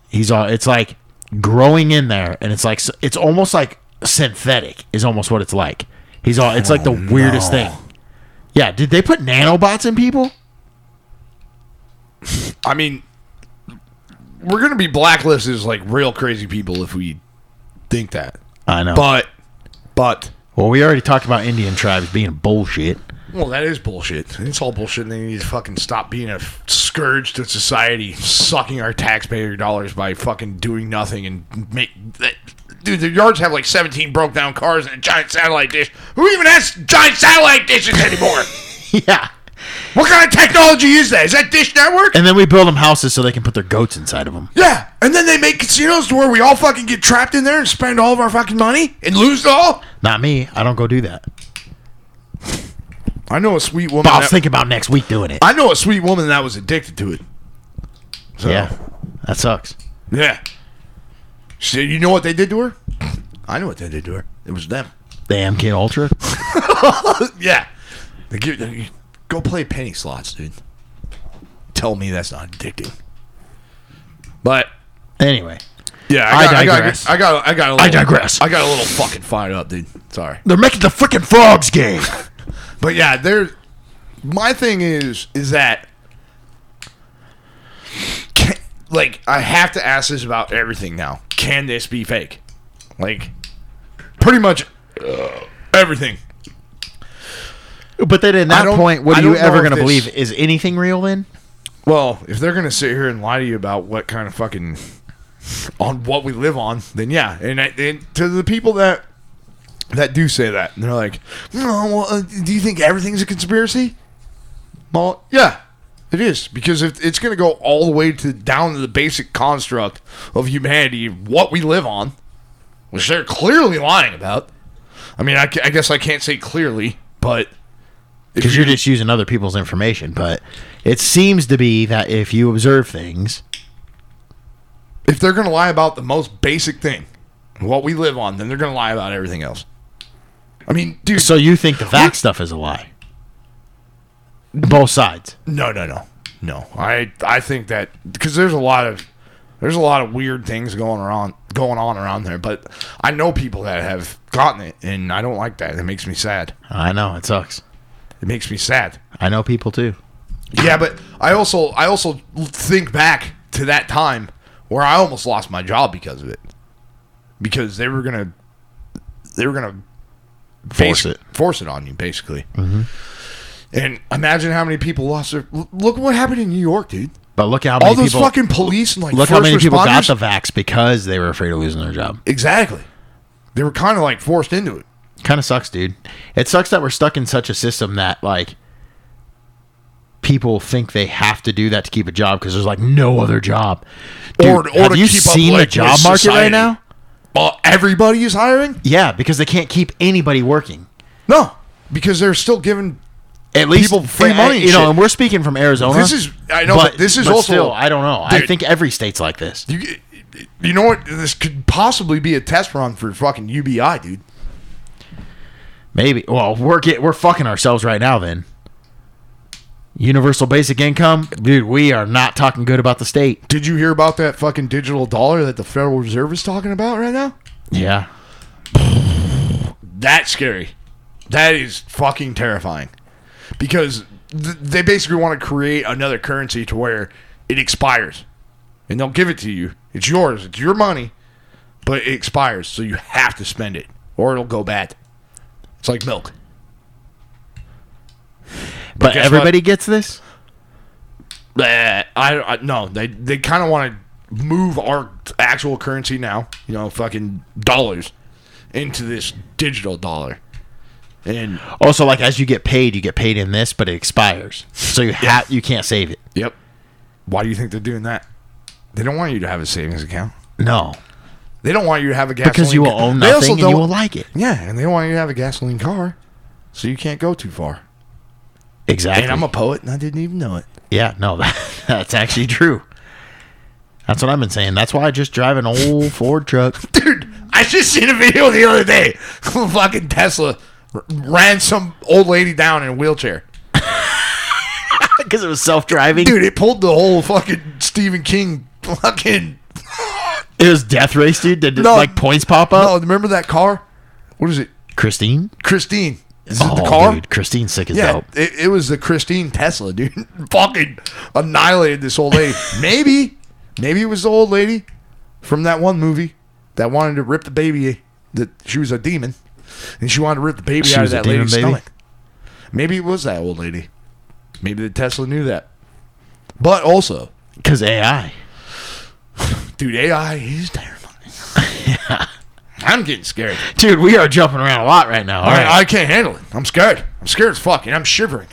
He's all it's like growing in there and it's like it's almost like synthetic is almost what it's like. He's all it's like the weirdest thing. Yeah, did they put nanobots in people? I mean, we're gonna be blacklisted as like real crazy people if we think that. I know. But, but, well, we already talked about Indian tribes being bullshit. well, that is bullshit. It's all bullshit. And they need to fucking stop being a f- scourge to society, sucking our taxpayer dollars by fucking doing nothing and make that. Dude, the yards have like 17 broke down cars and a giant satellite dish. Who even has giant satellite dishes anymore? yeah. what kind of technology is that? Is that Dish Network? And then we build them houses so they can put their goats inside of them. Yeah, and then they make casinos to where we all fucking get trapped in there and spend all of our fucking money and lose it all. Not me. I don't go do that. I know a sweet woman. But I that- was thinking about next week doing it. I know a sweet woman that was addicted to it. So, Yeah. That sucks. yeah. She, you know what they did to her? I know what they did to her. It was them. The MK Ultra. Yeah. They give, they- go play penny slots, dude. Tell me that's not addicting. But Anyway, yeah, I I got, I, digress. got, I got, I got, a little, digress. I got a little fucking fired up, dude. Sorry. they're making the freaking frogs game. But yeah, there. My thing is is that can, like I have to ask this about everything now. Can this be fake? Like pretty much uh, everything. But then at I that don't- point, what I are you don't know ever if going to this- believe? Is anything real then? Well, if they're gonna sit here and lie to you about what kind of fucking on what we live on, then yeah. And, I, and to the people that that do say that, they're like, "No, well, uh, do you think everything's a conspiracy?" Well, yeah, it is because if it's gonna go all the way to down to the basic construct of humanity, what we live on, which they're clearly lying about. I mean, I, ca- I guess I can't say clearly, but if Because you're just using other people's information. But it seems to be that if you observe things, if they're going to lie about the most basic thing, what we live on, then they're going to lie about everything else. I mean, dude. so you think the vac stuff is a lie. Both sides. no, no, no, no. I I think that because there's a lot of there's a lot of weird things going around going on around there. But I know people that have gotten it, and I don't like that. It makes me sad. I know. It sucks. It makes me sad. I know people too. Yeah, but I also I also think back to that time where I almost lost my job because of it. Because they were gonna they were gonna Force basi- it. Mm-hmm. force it on you basically. And imagine how many people lost their l- look what happened in New York, dude. But look how many All those people. fucking police and like Look first how many responders, people got the vax because they were afraid of losing their job. exactly. They were kind of like forced into it. Kind of sucks, dude. It sucks that we're stuck in such a system that like people think they have to do that to keep a job because there's like no other job. Dude, Or- or have to you keep up seen the with- job with market right society. now? Well, everybody is hiring. Yeah, because they can't keep anybody working. No, because they're still giving. At least People free and- money and you know. shit. And we're speaking from Arizona. This is- I know, but this is also- still, I don't know. I Dude. think every state's like this. You, you know what? This could possibly be a test run for fucking UBI, dude. Maybe. Well, we're get, we're fucking ourselves right now. Then. Universal basic income, dude. We are not talking good about the state. Did you hear about that fucking digital dollar that the Federal Reserve is talking about right now? Yeah. That's scary. That is fucking terrifying. Because th- they basically want to create another currency to where it expires. And they'll give it to you. It's yours, it's your money, but it expires, so you have to spend it or it'll go bad. It's like milk. But guess everybody gets this? Bleh. I, I no, they they kind of want to move our actual currency now, you know, fucking dollars into this digital dollar. And Also, like as you get paid, you get paid in this, but it expires. So you ha- you can't save it. yep. Why do you think they're doing that? They don't want you to have a savings account. No. They don't want you to have a gasoline because you will car. own They also nothing and you don't- will like it. Yeah, and they don't want you to have a gasoline car, so you can't go too far. Exactly. And I'm a poet, and I didn't even know it. yeah, no, that, that's actually true. That's what I've been saying. That's why I just drive an old Ford truck. Dude, I just seen a video the other day. Fucking Tesla r- ran some old lady down in a wheelchair. because it was self-driving. Dude, it pulled the whole fucking Stephen King fucking. It was death race, dude. Did No. like points pop Oh, up? remember that car? What is it? Christine. Christine. Is it oh, the car? dude, Christine's sick as Yeah, dope. it, it was the Christine Tesla, dude. Fucking annihilated this old lady. maybe, maybe it was the old lady from that one movie that wanted to rip the baby. That she was a demon, and she wanted to rip the baby She out of was a that demon lady's baby? stomach. Maybe it was that old lady. Maybe the Tesla knew that. But also, Because AI. dude, AI is terrifying. I'm getting scared. Dude, we are jumping around a lot right now. All I, right. I can't handle it. I'm scared. I'm scared as fuck, and I'm shivering.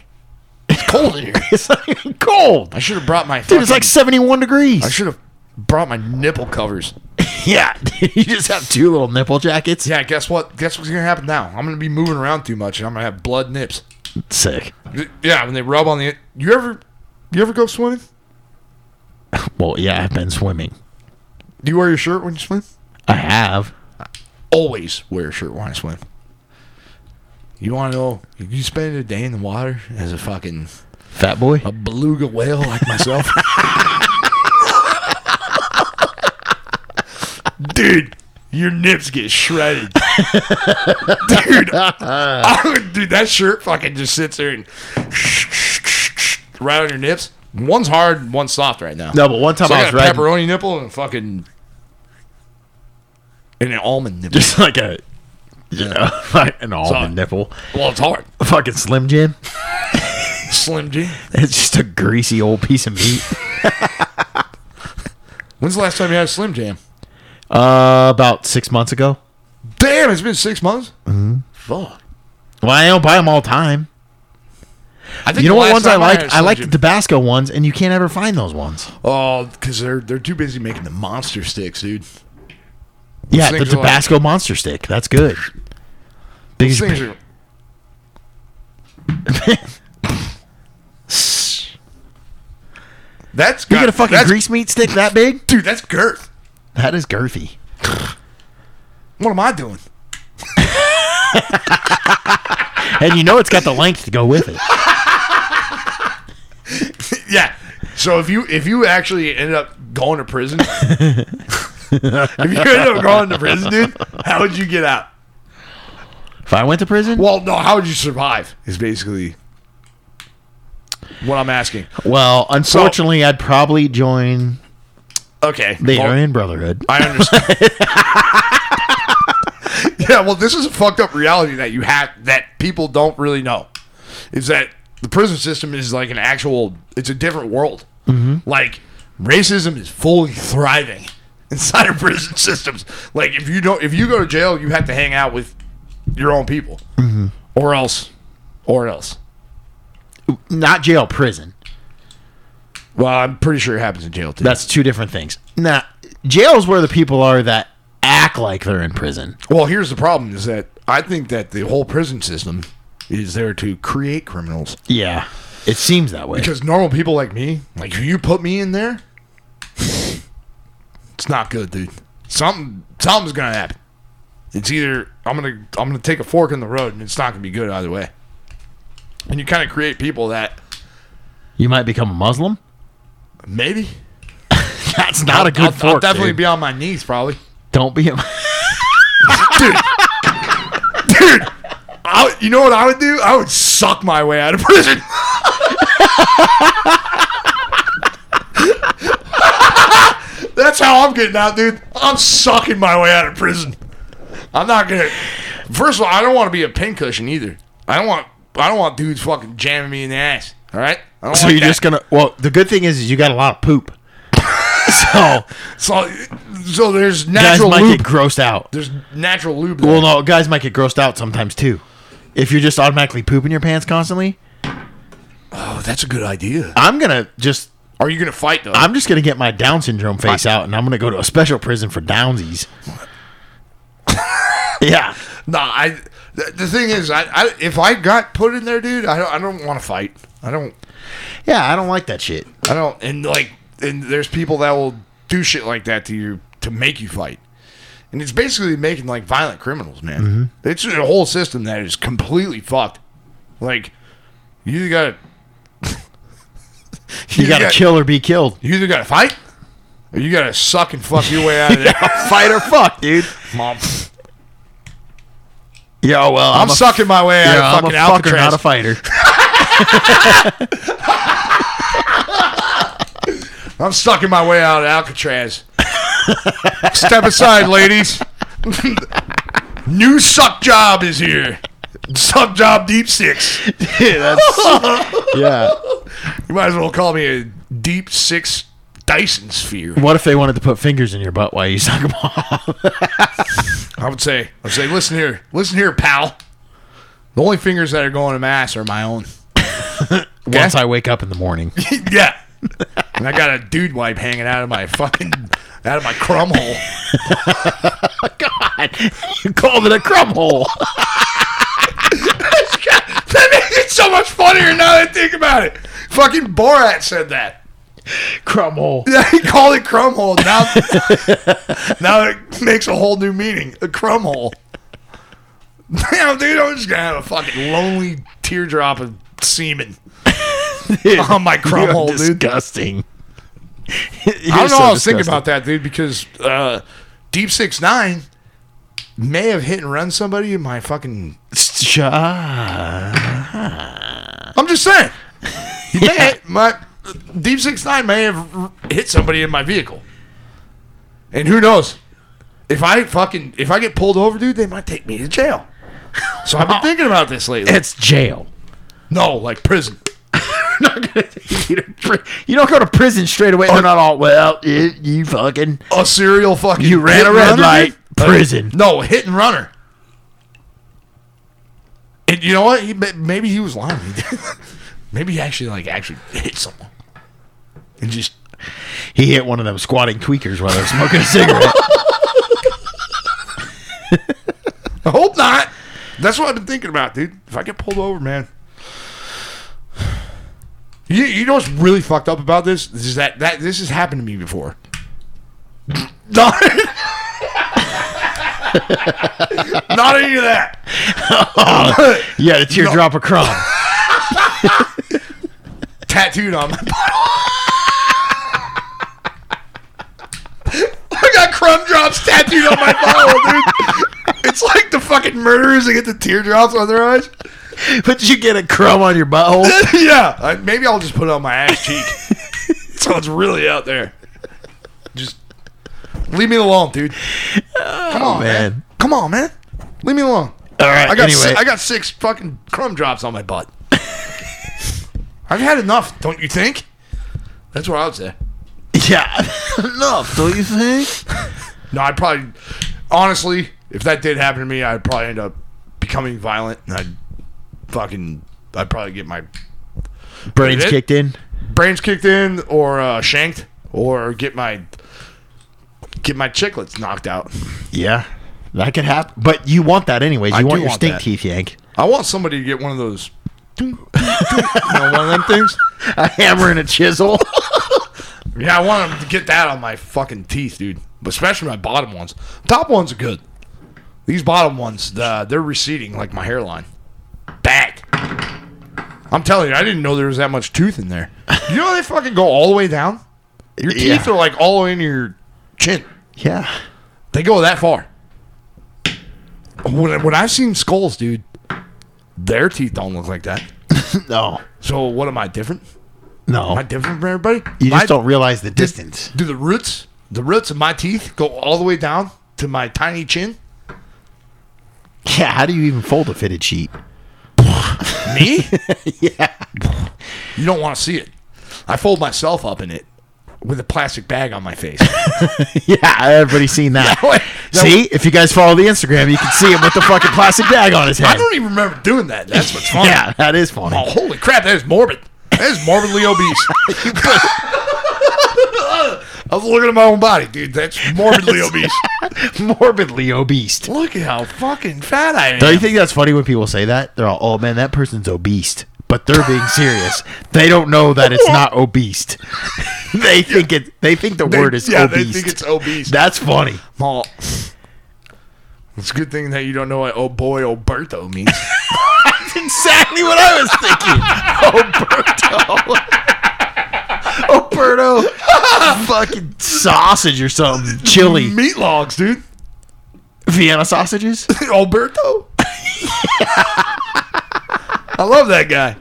It's cold in here. it's like cold. I should have brought my. Dude, it's fucking- like 71 degrees. I should have brought my nipple covers. yeah. you just have two little nipple jackets. Yeah, guess what? Guess what's gonna happen now? I'm gonna be moving around too much, and I'm gonna have blood nips. Sick. Yeah, when they rub on the. e-, You ever, you ever go swimming? Well, yeah, I've been swimming. Do you wear your shirt when you swim? I have. Always wear a shirt when I swim. You want to know? You spend a day in the water as a fucking Fat boy. a beluga whale like myself, dude. Your nips get shredded, dude. I- dude, that shirt fucking just sits there and right on your nips. One's hard, one's soft right now. No, but one time So I I was got a riding. pepperoni nipple and a fucking and an almond nipple. Just like a, you know, like an almond Sorry. nipple. Well, it's hard. Fucking Slim Jim. Slim Jim. It's just a greasy old piece of meat. When's the last time you had a Slim Jam? Uh, about six months ago. Damn, it's been six months. Mm-hmm. Fuck. Well, I don't buy them all the time. I think You know the what last ones I time like? had a I Slim like Jim- the Tabasco ones, and you can't ever find those ones. Oh, because they're they're too busy making the monster sticks, dude. yeah, the things are like- Tabasco Monster Stick. That's good. These Biggest things are. That's you got- get a fucking that's- grease meat stick that big? dude. That's girth. That is girthy. What am I doing? And you know it's got the length to go with it. Yeah. So if you if you actually end up going to prison, if you end up going to prison, dude, how would you get out? If I went to prison, Well, no, how would you survive? Is basically what I'm asking. well, unfortunately, I'd probably join Okay. the well, Aryan Brotherhood. I understand. yeah, well, this is a fucked up reality that you have that people don't really know. Is that the prison system is like an actual? It's a different world. Like racism is fully thriving inside of prison systems. Like if you don't, if you go to jail, you have to hang out with your own people, or else, or else. Not jail, prison. Well, I'm pretty sure it happens in jail too. That's two different things. Nah, jail's where the people are that act like they're in prison. Well, here's the problem: is that I think that the whole prison system is there to create criminals. Yeah, it seems that way. Because normal people like me, like if you put me in there, it's not good, dude. Something something's gonna happen. It's either I'm gonna I'm gonna take a fork in the road and it's not gonna be good either way. And you kind of create people that You might become a Muslim. maybe That's not a good I'll, fork. I'll definitely dude. be on my knees probably. Don't be a. I, would- you know what I would do? I would suck my way out of prison. That's how I'm getting out, dude. I'm sucking my way out of prison. I'm not gonna. First of all, I don't want to be a pincushion either. I don't want. I don't want dudes fucking jamming me in the ass. All right. I don't so want you're that. just gonna. Well, the good thing is, is you got a lot of poop. so so so there's guys natural might lube. get grossed out. there's natural lube. Well, there. no, guys might get grossed out sometimes too. If you're just automatically pooping your pants constantly, Oh, that's a good idea. I'm gonna just Are you gonna fight though? I'm just gonna get my Down syndrome face out, and I'm gonna go to a special prison for downsies. yeah, Nah, I. The, the thing is, I, I if I got put in there, dude, I don't I don't want to fight. I don't yeah, I don't like that shit. I don't and like and there's people that will do shit like that to you to make you fight. And it's basically making like violent criminals, man. Mm-hmm. It's a whole system that is completely fucked. Like you either gotta You, gotta got- kill or be killed. you either gotta fight or you gotta suck and fuck your way out of there. Fight or fuck, dude. Mom. Yo, well, I'm, a- sucking my way out yeah, of I'm a fucking fucker, Alcatraz. not a fighter. I'm sucking my way out of Alcatraz. Step aside, ladies. New suck job is here. Suck job deep six. yeah. You might as well call me a deep six Dyson sphere. What if they wanted to put fingers in your butt while you suck them off? I would say, I would say, listen here, listen here, pal. The only fingers that are going to mass are my own. Once I wake up in the morning. yeah. And I got a dude wipe hanging out of my fucking out of my crumb hole. God, you called it a crumb hole. That makes it so much funnier now that I think about it. Fucking Borat said that. crumb hole. Yeah, he called it crumb hole. Now, now it makes a whole new meaning. A crumb hole. Damn, dude, I'm just gonna have a fucking lonely teardrop of semen Um, on my crumb You're hole, dude. disgusting. I don't know. I was thinking about that, dude, because uh, Deep Six Nine may have hit and run somebody in my fucking. I'm just saying. He may my Deep Six Nine may have r- hit somebody in my vehicle, and who knows if I fucking if I get pulled over, dude, they might take me to jail. So I've been thinking about this lately. It's jail. no, like prison. you don't pri- you don't go to prison straight away. They're not all well. You, you fucking A serial fucking. you hit ran a and red runner, light. dude. Prison. No, hit and runner. And you know what? He, may- maybe he was lying. maybe he actually like actually hit someone. And just He hit one of them squatting tweakers while they were smoking a cigarette. I hope not. That's what I've been thinking about, dude. If I get pulled over, man. You, you know what's really fucked up about this? This is that, that this has happened to me before. Not, not any of that. you had a teardrop of crumb. tattooed on my bottle. I got crumb drops tattooed on my bottle, dude. It's like the fucking murderers that get the teardrops on their eyes. but you get a crumb on your butthole. yeah, I, Uh, maybe I'll just put it on my ass cheek. so it's really out there. Just leave me alone, dude. Come on, man. man. Come on, man. Leave me alone. All right. I got anyway, si- I got six fucking crumb drops on my butt. I've had enough, don't you think? That's what I would say. yeah, enough. Don't you think? No, I'd probably, honestly, if that did happen to me, I'd probably end up becoming violent and I'd fucking, I'd probably get my Brains Did it? kicked in. brains kicked in or uh, shanked or get my, get my chiclets knocked out. Yeah, that could happen. But you want that anyways. You I want do your want stink that. teeth yank. I want somebody to get one of those, you know, one of them things. A hammer and a chisel. Yeah, I want them to get that on my fucking teeth, dude. But especially my bottom ones. Top ones are good. These bottom ones, uh, they're receding like my hairline. Bad. I'm telling you, I didn't know there was that much tooth in there. You know they fucking go all the way down. Your Yeah. teeth are like all the way into your chin. yeah. They go that far. When, when I've seen skulls, dude, their teeth don't look like that. No. So what am I different? No. Am I different from everybody? you just My- don't realize the distance. Do the roots, the roots of my teeth go all the way down to my tiny chin? Yeah. How do you even fold a fitted sheet? Me? yeah. You don't want to see it. I fold myself up in it with a plastic bag on my face. yeah. Everybody's seen that. That way- that see, if you guys follow the Instagram, you can see him with the fucking plastic bag on his I head. don't even remember doing that. That's what's funny. Yeah, that is funny. Oh, holy crap, that is morbid. That is morbidly obese. I was looking at my own body, dude. That's morbidly obese. Oh, Morbidly obese. Look at how fucking fat I am. Don't you think that's funny when people say that? They're all, oh man, that person's obese. But they're being serious. they don't know that it's not obese. they think it. They think the They- word is yeah, obese. they think it's obese. That's funny. Well, It's a good thing that you don't know what oh boy Alberto means. That's exactly what I was thinking. Oberto. Oberto. Fucking sausage or something. Chili. Meat logs, dude. Vienna sausages. Alberto. I love that guy.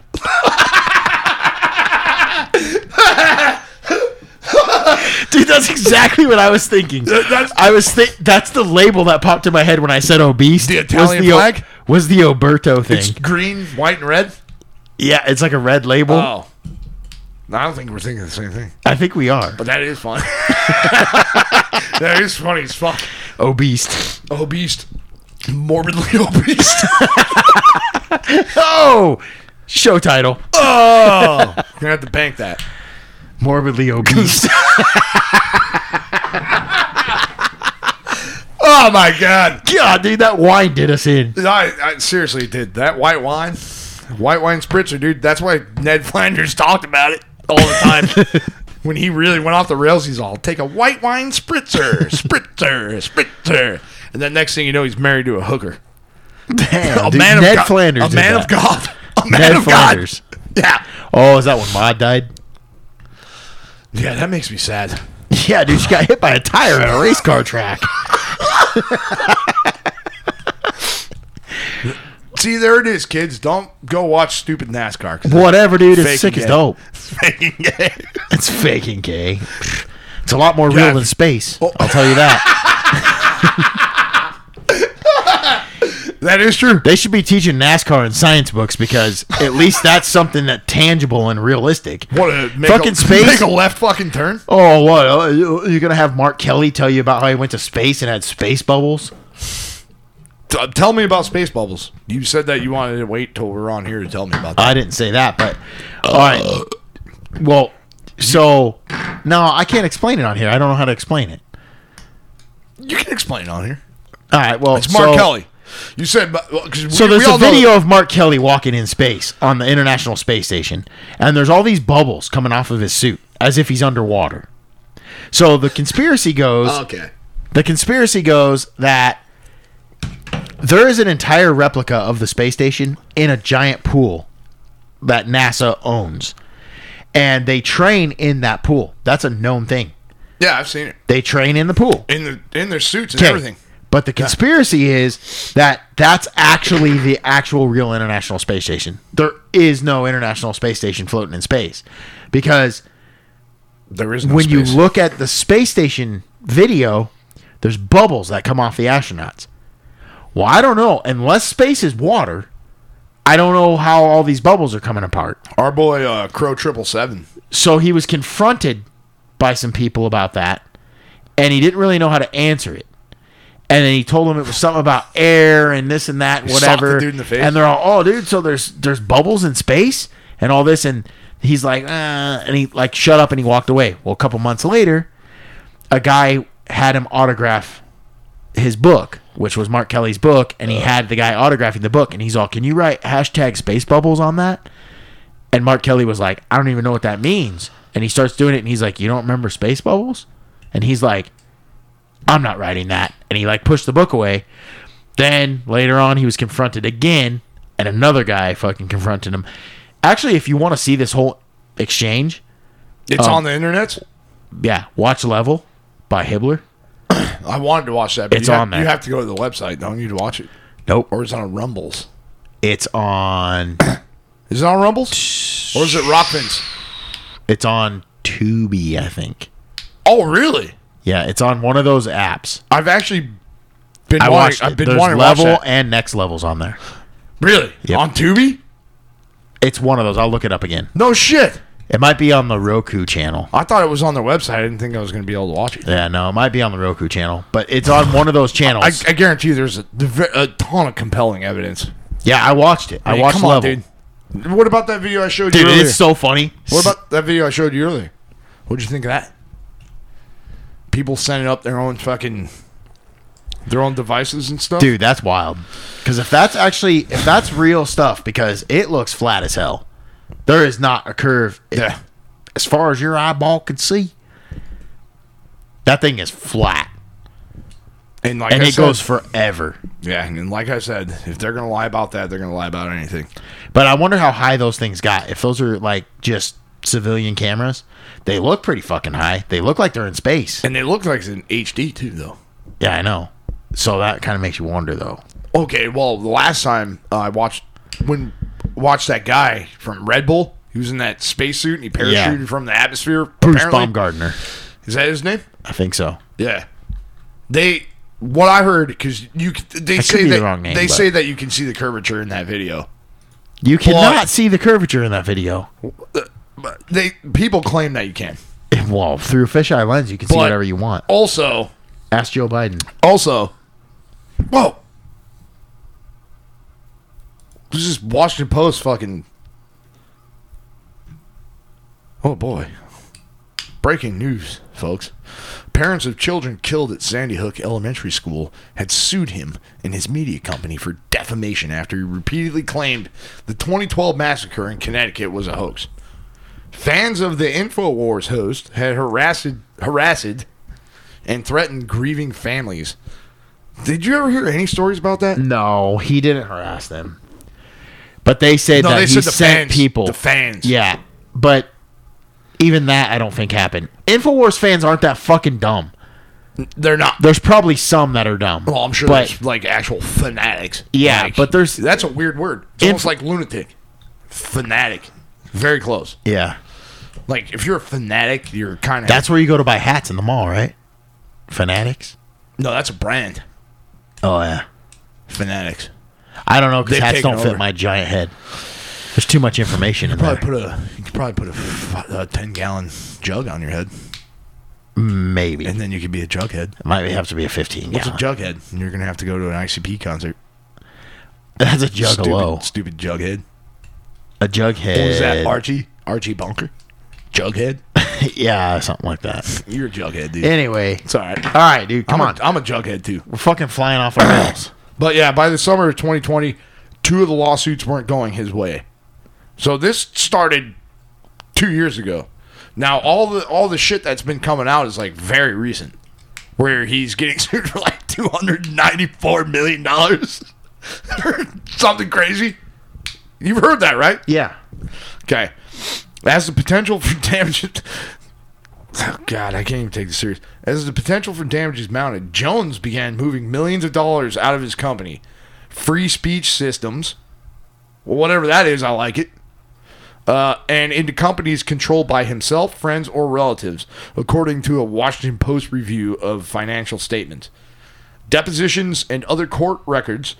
Dude, that's exactly what I was thinking. that's- I was think that's the label that popped in my head when I said obese. The was Italian O- flag? was the Oberto thing. It's green, white, and red. yeah, it's like a red label. Oh. I don't think we're thinking the same thing, I think we are but that is funny. that is funny as fuck. obese. Obese. Morbidly obese. Oh, show title oh. You're going to have to bank that. morbidly obese. Oh, my God. God, dude, that wine did us in. I, I seriously did that white wine, white wine spritzer, dude. That's why Ned Flanders talked about it all the time. when he really went off the rails, he's all take a white wine spritzer, spritzer, spritzer, and then next thing you know, he's married to a hooker. Damn, A dude, man Ned of God, Flanders. a did man that. of God, a man Ned of Flanders. God. Yeah, Oh, is that when Ma died? yeah, that makes me sad. Yeah, dude, she got hit by a tire at a race car track. See, there it is, kids. Don't go watch stupid NASCAR. 'cause Whatever, dude. It's Fake sick as gay. dope. it's- It's faking gay. It's a lot more Yeah. real than space. I'll tell you that. that is true. they should be teaching NASCAR in science books because at least that's something that tangible and realistic. What a make fucking a, space? Make a left fucking turn. Oh, what? uh, you- You're gonna have Mark Kelly tell you about how he went to space and had space bubbles? T- uh, tell me about space bubbles. You said that you wanted to wait till we're on here to tell me about that. I didn't say that, but Uh, all right. Well, so no, I can't explain it on here. I don't know how to explain it. you can explain it on here. All right. Well, It's Mark so- Kelly. You said well, 'cause we, So we there's all a know- video of Mark Kelly walking in space on the International Space Station, and there's all these bubbles coming off of his suit as if he's underwater. So the conspiracy goes okay. the conspiracy goes that there is an entire replica of the space station in a giant pool that NASA owns. And they train in that pool. That's a known thing. Yeah, I've seen it They train in the pool. in the in their suits and Okay. everything. But the conspiracy is that that's actually the actual real International Space Station. There is no International Space Station floating in space because There is no when you space. look at the space station video, there's bubbles that come off the astronauts. Well, I don't know. Unless space is water, I don't know how all these bubbles are coming apart. Our boy uh, Crow Triple Seven. So he was confronted by some people about that, and he didn't really know how to answer it. And then he told them it was something about air and this and that, socked the whatever. dude in the face. And they're all, "Oh, dude, so there's there's bubbles in space and all this." And he's like, uh, and he like shut up and he walked away. Well, a couple months later, a guy had him autograph his book, which was Mark Kelly's book, Uh. and he had the guy autographing the book, and he's all, "Can you write hashtag space bubbles on that?" And Mark Kelly was like, "I don't even know what that means," and he starts doing it, and he's like, "You don't remember space bubbles?" And he's like, "I'm not writing that," and he like pushed the book away. Then later on, he was confronted again, and another guy fucking confronted him. Actually, if you want to see this whole exchange, It's Oh. on the internet. yeah, watch Level by Hibbler. I wanted to watch that. But It's you have- on there. You have to go to the website, don't you, to watch it? Nope. Or is it on Rumbles? It's on. Is it on Rumbles? Or is it Rockman's? It's on Tubi, I think. Oh, really? Yeah, it's on one of those apps. I've actually been I wanting- watched. I've It. been There's wanting to watch level that. and next levels on there. Really? Yep. On Tubi? It's one of those. I'll look it up again. No shit. It might be on the Roku channel. I thought it was on their website. I didn't think I was going to be able to watch it. Yeah, no, it might be on the Roku channel, but it's on one of those channels. I, I guarantee you there's a, a ton of compelling evidence. yeah, I watched it. I Hey, watched come on, level. dude, dude. What about that video I showed you earlier? it's so funny. what about that video I showed you earlier? What'd you think of that? people sending up their own fucking their own devices and stuff. Dude, that's wild. Because if that's actually if that's real stuff, because it looks flat as hell. There is not a curve. Yeah. As far as your eyeball can see, that thing is flat, and like and I it said- goes forever. yeah, and like I said, if they're gonna lie about that, they're gonna lie about anything. But I wonder how high those things got. If those are like just civilian cameras, they look pretty fucking high. They look like they're in space. And they look like it's in HD too, though. Yeah, I know. So that kind of makes you wonder, though. Okay, well, the last time uh, I watched when watched that guy from Red Bull, he was in that spacesuit and he parachuted Yeah. from the atmosphere. Bruce apparently. Baumgartner, is that his name? I think so. Yeah, they. What I heard because you c- they That could say be the that wrong name, they but- say that you can see the curvature in that video. You cannot Well- see the curvature in that video. But they people claim that you can. Well, through a fisheye lens, you can see But- whatever you want. Also, Ask Joe Biden. also, whoa. This is Washington Post fucking. Oh boy. Breaking news, folks. Parents of children killed at Sandy Hook Elementary School had sued him and his media company for defamation after he repeatedly claimed the 2012 massacre in Connecticut was a hoax. Fans of the InfoWars host had harassed, harassed and threatened grieving families. Did you ever hear any stories about that? No, he didn't harass them. But they said that he sent people. The fans. Yeah, but even that I don't think happened. Infowars fans aren't that fucking dumb. They're not. There's probably some that are dumb. well, I'm sure but there's like actual fanatics. Yeah, Like, but there's- That's a weird word. It's Inf- almost like lunatic. Fanatic. Very close. yeah, Like, if you're a fanatic, you're kind of. that's where you go to buy hats in the mall, right? Fanatics. No, that's a brand. Oh yeah, Fanatics. I don't know because They've hats taken don't fit over. my giant head. There's too much information in there. Probably put a. You could probably put a, f- a 10 gallon jug on your head, Maybe and then you could be a jughead. it might have to be a 15 What's gallon. a jughead? And you're going to have to go to an ICP concert. That's a juggalo. Stupid, stupid jughead. A jughead. What was that? Archie? Archie Bunker? Jughead? yeah, something like that. You're a jughead, dude. Anyway, it's all right. all right, dude, come I'm on. A, I'm a jughead, too. We're fucking flying off our rails. But yeah, by the summer of 2020, two of the lawsuits weren't going his way. So this started two years ago. Now all the all the shit that's been coming out is like very recent, where he's getting sued for like 294 million dollars or something crazy. You've heard that, right? Yeah. Okay. As the potential for damages. Oh, God, I can't even take this serious. As the potential for damages mounted, Jones began moving millions of dollars out of his company. Free speech systems. Well, whatever that is, I like it. Uh, and into companies controlled by himself, friends, or relatives, according to a Washington Post review of financial statements. Depositions and other court records.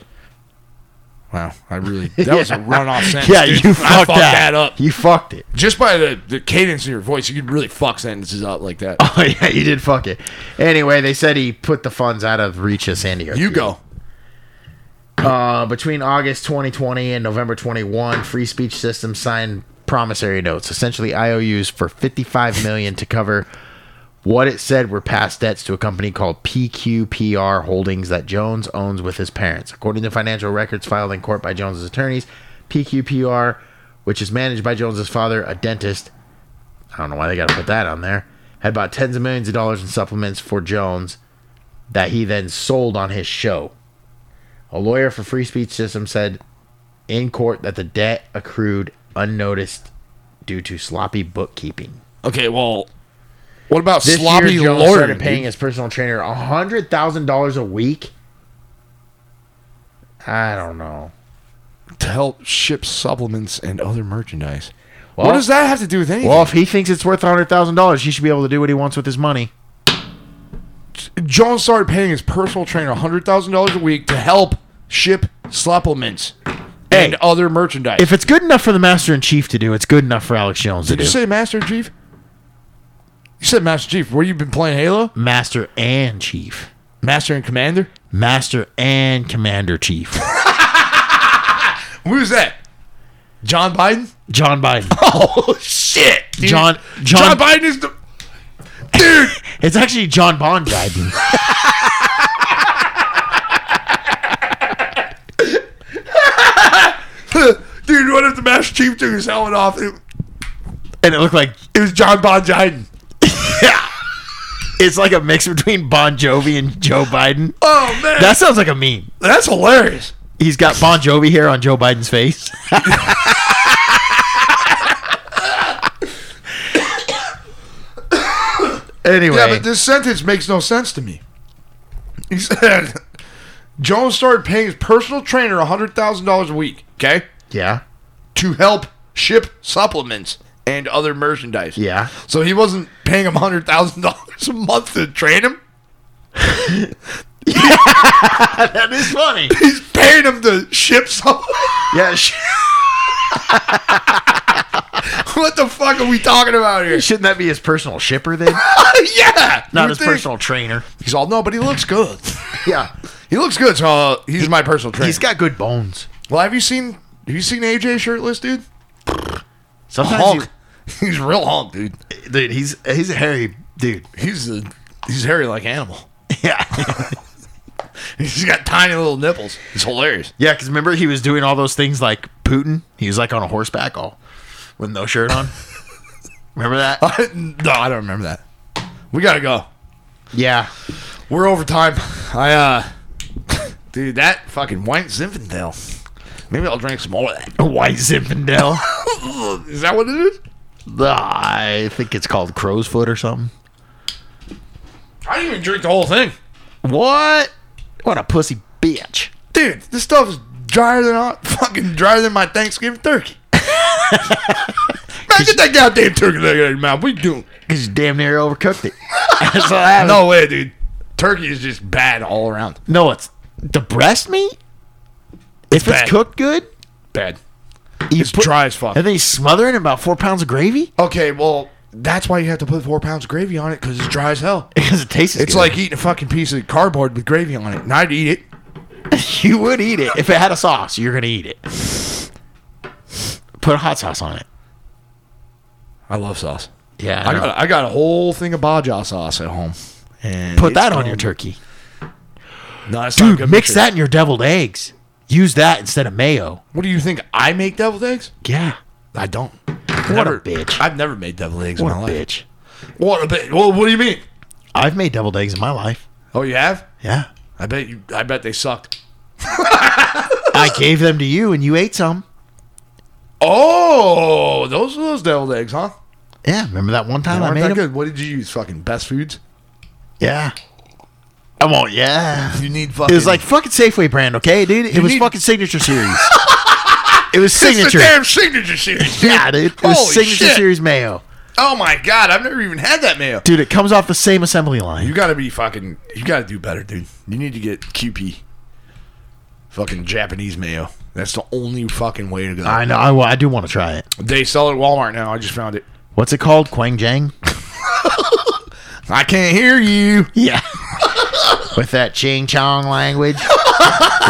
Wow, I really. That was a runoff sentence. Yeah, dude. you I fucked, that. up You fucked it. just by the, the cadence in your voice, you could really fuck sentences up like that. Oh yeah, you did fuck it. Anyway, they said he put the funds out of reach of Sandy Hook. You go. Uh, between August 2020 and November 21, Free Speech Systems signed promissory notes, essentially IOUs for 55 million to cover what it said were past debts to a company called PQPR Holdings that Jones owns with his parents. According to financial records filed in court by Jones's attorneys, PQPR, which is managed by Jones's father, a dentist, I don't know why they got to put that on there, had bought tens of millions of dollars in supplements for Jones that he then sold on his show. A lawyer for Free Speech System said in court that the debt accrued unnoticed due to sloppy bookkeeping. Okay, well, what about This sloppy year, Jones lawyer? started paying his personal trainer hundred thousand dollars a week. I don't know. to help ship supplements and other merchandise. Well, what does that have to do with anything? Well, if he thinks it's worth hundred thousand dollars, he should be able to do what he wants with his money. Jones started paying his personal trainer hundred thousand dollars a week to help ship supplements and Hey, other merchandise. If it's good enough for the master in chief to do, it's good enough for Alex Jones to Did do. you say Master Chief? You said Master Chief. Where you been playing Halo? master and chief, Master and Commander. master and commander chief, Who's that? John Biden. John Biden. Oh shit, dude. John- John John- Biden is the dude. It's actually John Bond diving. Dude, what if the Master Chief took his helmet off? It, and it looked like it was John Bon Jovi. it's like a mix between Bon Jovi and Joe Biden. Oh man, That sounds like a meme. that's hilarious. He's got Bon Jovi hair on Joe Biden's face. anyway, Yeah, but this sentence makes no sense to me. He said, Jones started paying his personal trainer $100,000 a week, okay, yeah, to help ship supplements and other merchandise. yeah. So he wasn't paying him $100,000 a month to train him. That is funny. He's paying him to ship supplements. yeah, sh- what the fuck are we talking about here? shouldn't that be his personal shipper then? yeah. Not you his think? personal trainer. He's all, no, but he looks good. Yeah, he looks good, so uh, he's my personal trainer. he's got good bones. well, have you seen, have you seen AJ shirtless, dude? Hulk. Sometimes, he's real Hulk, dude. you- dude, he's he's a hairy dude. He's a, he's hairy like animal. Yeah, He's got tiny little nipples. It's hilarious. yeah. Because remember, he was doing all those things like Putin. He was like on a horseback, all with no shirt on. remember that? no, I don't remember that. We gotta go. Yeah. We're over time. I uh, dude, that fucking white Zinfandel. Maybe I'll drink some more of that. White Zinfandel. Is that what it is? Ah, I think it's called crow's foot or something. I didn't even drink the whole thing, What? What a pussy bitch. dude. This stuff is drier than I, fucking drier than my Thanksgiving turkey. Man, get that goddamn turkey out of your mouth. What you doing? Because you damn near overcooked it. That's what happened. No way, dude. Turkey is just bad all around. No, it's the breast meat. If bad. it's cooked good, Bad. you It's dry as fuck. And then you smother it in about four pounds of gravy Okay, well, that's why you have to put four pounds of gravy on it because it's dry as hell. because it tastes. It's like eating a fucking piece of cardboard with gravy on it, and I'd eat it. you would eat it if it had a sauce. You're gonna eat it. Put a hot sauce on it. I love sauce. Yeah, I got I got a whole thing of baja sauce at home. And put it's that on going- your turkey, No, that's not dude. good Mix mixture. that in your deviled eggs. Use that instead of mayo. What do you think? I make deviled eggs? Yeah, I don't. What What a bitch. I've never made deviled eggs what in my a life. bitch. What a bitch. Well, what do you mean? I've made deviled eggs in my life. Oh, you have? Yeah, I bet you. I bet they sucked. I gave them to you and you ate some. Oh, those are those deviled eggs, huh? Yeah, remember that one time I Aren't made that them? good? What did you use? Fucking best foods. Yeah. I won't. Yeah. You need fucking. It was like fucking Safeway brand, okay, dude. It was need- fucking signature series. it was It's the signature. damn signature series. dude. Yeah, dude. It was Holy signature shit. series mayo, Oh my god, I've never even had that mayo. dude. It comes off the same assembly line. You gotta be fucking. You gotta do better, dude. You need to get QP. Fucking Japanese mayo. That's the only fucking way to go. I know. I, wa- I do want to try it. They sell it at Walmart now. I just found it. What's it called? Quang Jang. I can't hear you. Yeah. With that Ching Chong language,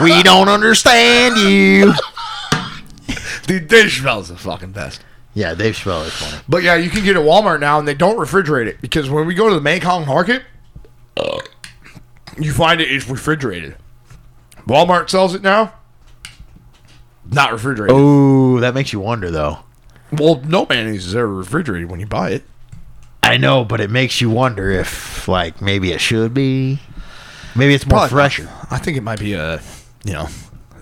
we don't understand you. Dude, they smells the fucking best. Yeah, they spell it funny. But yeah, you can get it at Walmart now, and they don't refrigerate it because when we go to the Mekong market, you find it is refrigerated. Walmart sells it now. Not refrigerated. Oh, that makes you wonder though. Well, no mayonnaise is ever refrigerated when you buy it. I know, but it makes you wonder if, like, maybe it should be. Maybe it's more Probably- fresher. I think it might be a, you know,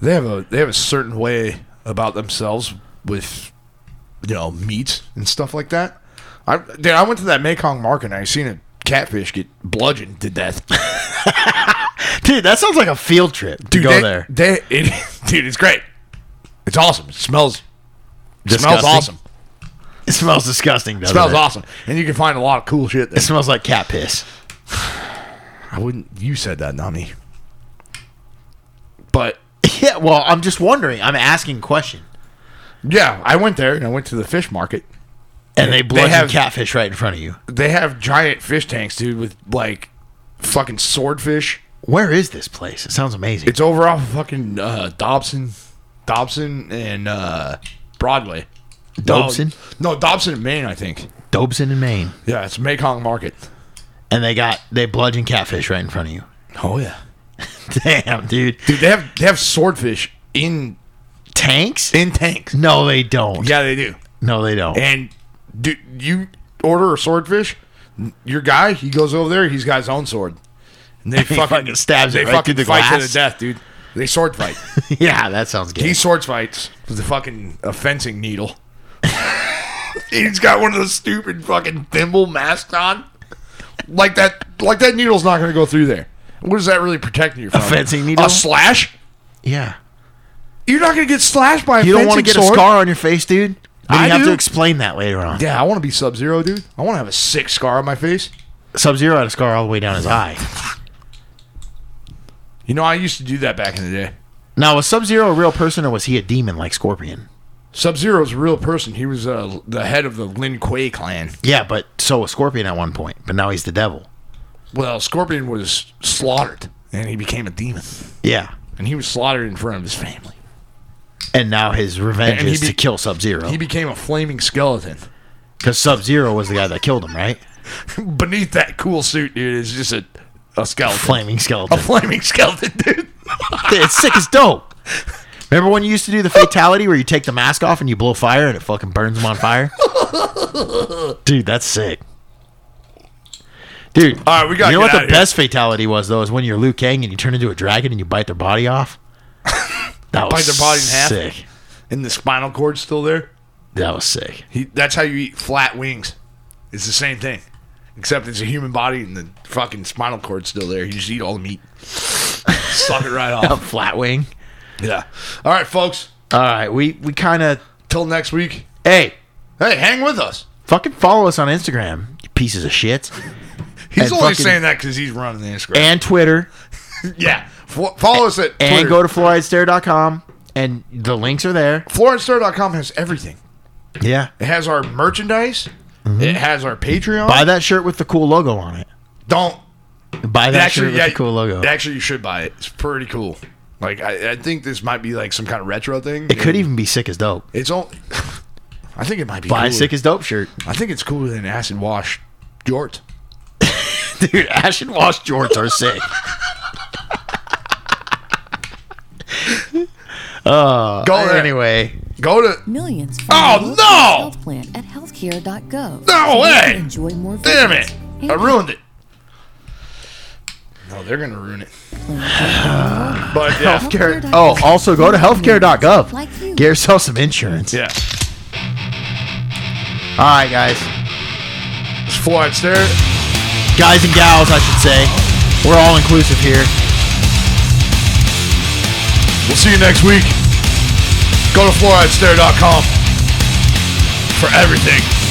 they have a they have a certain way about themselves with, you know, meat and stuff like that. I dude, I went to that Mekong market and I seen a catfish get bludgeoned to death. Dude, that sounds like a field trip to Dude, go they- there. They, it, dude, it's great. It's awesome. It smells it smells Disgusting. awesome. It smells disgusting, doesn't It smells it? awesome. And you can find a lot of cool shit It there. smells like cat piss. I wouldn't you said that, not me. But Yeah, well, I'm just wondering. I'm asking question. yeah, I went there and I went to the fish market. And they bludgeon have- catfish right in front of you. they have giant fish tanks, dude, with like fucking swordfish. Where is this place? It sounds amazing. It's over off of fucking uh, Dobson, Dobson and uh, Broadway. Dobson? No, no, Dobson in Maine, I think. Dobson in Maine. Yeah, it's Mekong Market. and they got they bludgeon catfish right in front of you. Oh yeah, Damn, dude. dude. They have they have swordfish in Tanks? in tanks. No, they don't. Yeah, they do. No, they don't. And do you order a swordfish? Your guy, he goes over there. He's got his own sword, and they He fucking, fucking stabs They it right fucking through the fight to glass. the death, dude. They sword fight. yeah, that sounds good. he sword fights with a fucking a fencing needle. he's got one of those stupid fucking thimble masks on. Like that, like that needle's not going to go through there. What is that really protecting you from? fencing needle? A slash? yeah. You're not going to get slashed by a You don't want to fencing get sword. a scar on your face, dude. Then I you have do. to explain that later on. Yeah, I want to be Sub Zero, dude. I want to have a sick scar on my face. Sub Zero had a scar all the way down his eye. You know, I used to do that back in the day. Now, was Sub Zero a real person or was he a demon like Scorpion? Sub Zero is a real person. He was uh, the head of the Lin Kuei clan. Yeah, but so was Scorpion at one point, but now he's the devil. Well, Scorpion was slaughtered, and he became a demon, Yeah. and he was slaughtered in front of his family. And now his revenge And he is to be- kill Sub Zero. He became a flaming skeleton. Because Sub Zero was the guy that killed him, right? Beneath that cool suit, dude, is just a a skeleton, Flaming a skeleton. flaming skeleton, dude. it's sick as dope. Remember when you used to do the fatality where you take the mask off and you blow fire and it fucking burns them on fire? Dude, that's sick. Dude, All right, we gotta You know get what the outta here. best fatality was though is when you're Liu Kang and you turn into a dragon and you bite their body off. That was Bite their body in half? Sick. And the spinal cord's still there. That was sick. He, that's how you eat flat wings. It's the same thing, except it's a human body and the fucking spinal cord's still there. You just eat all the meat, suck it right A off. flat wing. Yeah. All right, folks. All right, we we kind of Till next week. hey Hey, hang with us. fucking follow us on Instagram, you pieces of shit, He's And only fucking- saying that because he's running the Instagram. and Twitter. yeah, Fo- follow us at and Twitter. go to fluoridestare.com and the links are there. FlorianStar.com has everything. Yeah. It has our merchandise. It has our Patreon. Mm-hmm. Buy that shirt with the cool logo on it. Don't Buy that shirt actually, with yeah, the cool logo. Actually, you should buy it. It's pretty cool. Like I, I think this might be like some kind of retro thing. it could even be sick as dope. It's all. I think it might be. Buy a cooler. sick as dope shirt. I think it's cooler than acid wash, Jort. Dude, ash and wash jorts are sick. Go Oh, there. Uh, anyway, Go to. Millions from Oh, the World no! Health Plan at No healthcare.gov. So you way! can Enjoy more Damn videos it! and I ruined it. No, they're gonna ruin it. But yeah, healthcare. Oh, also go to healthcare.gov. Like you. Get yourself some insurance. yeah. All right, guys. It's Floyd Stare. Guys and gals, I should say. We're all inclusive here. We'll see you next week. Go to fluoridestare.com for everything.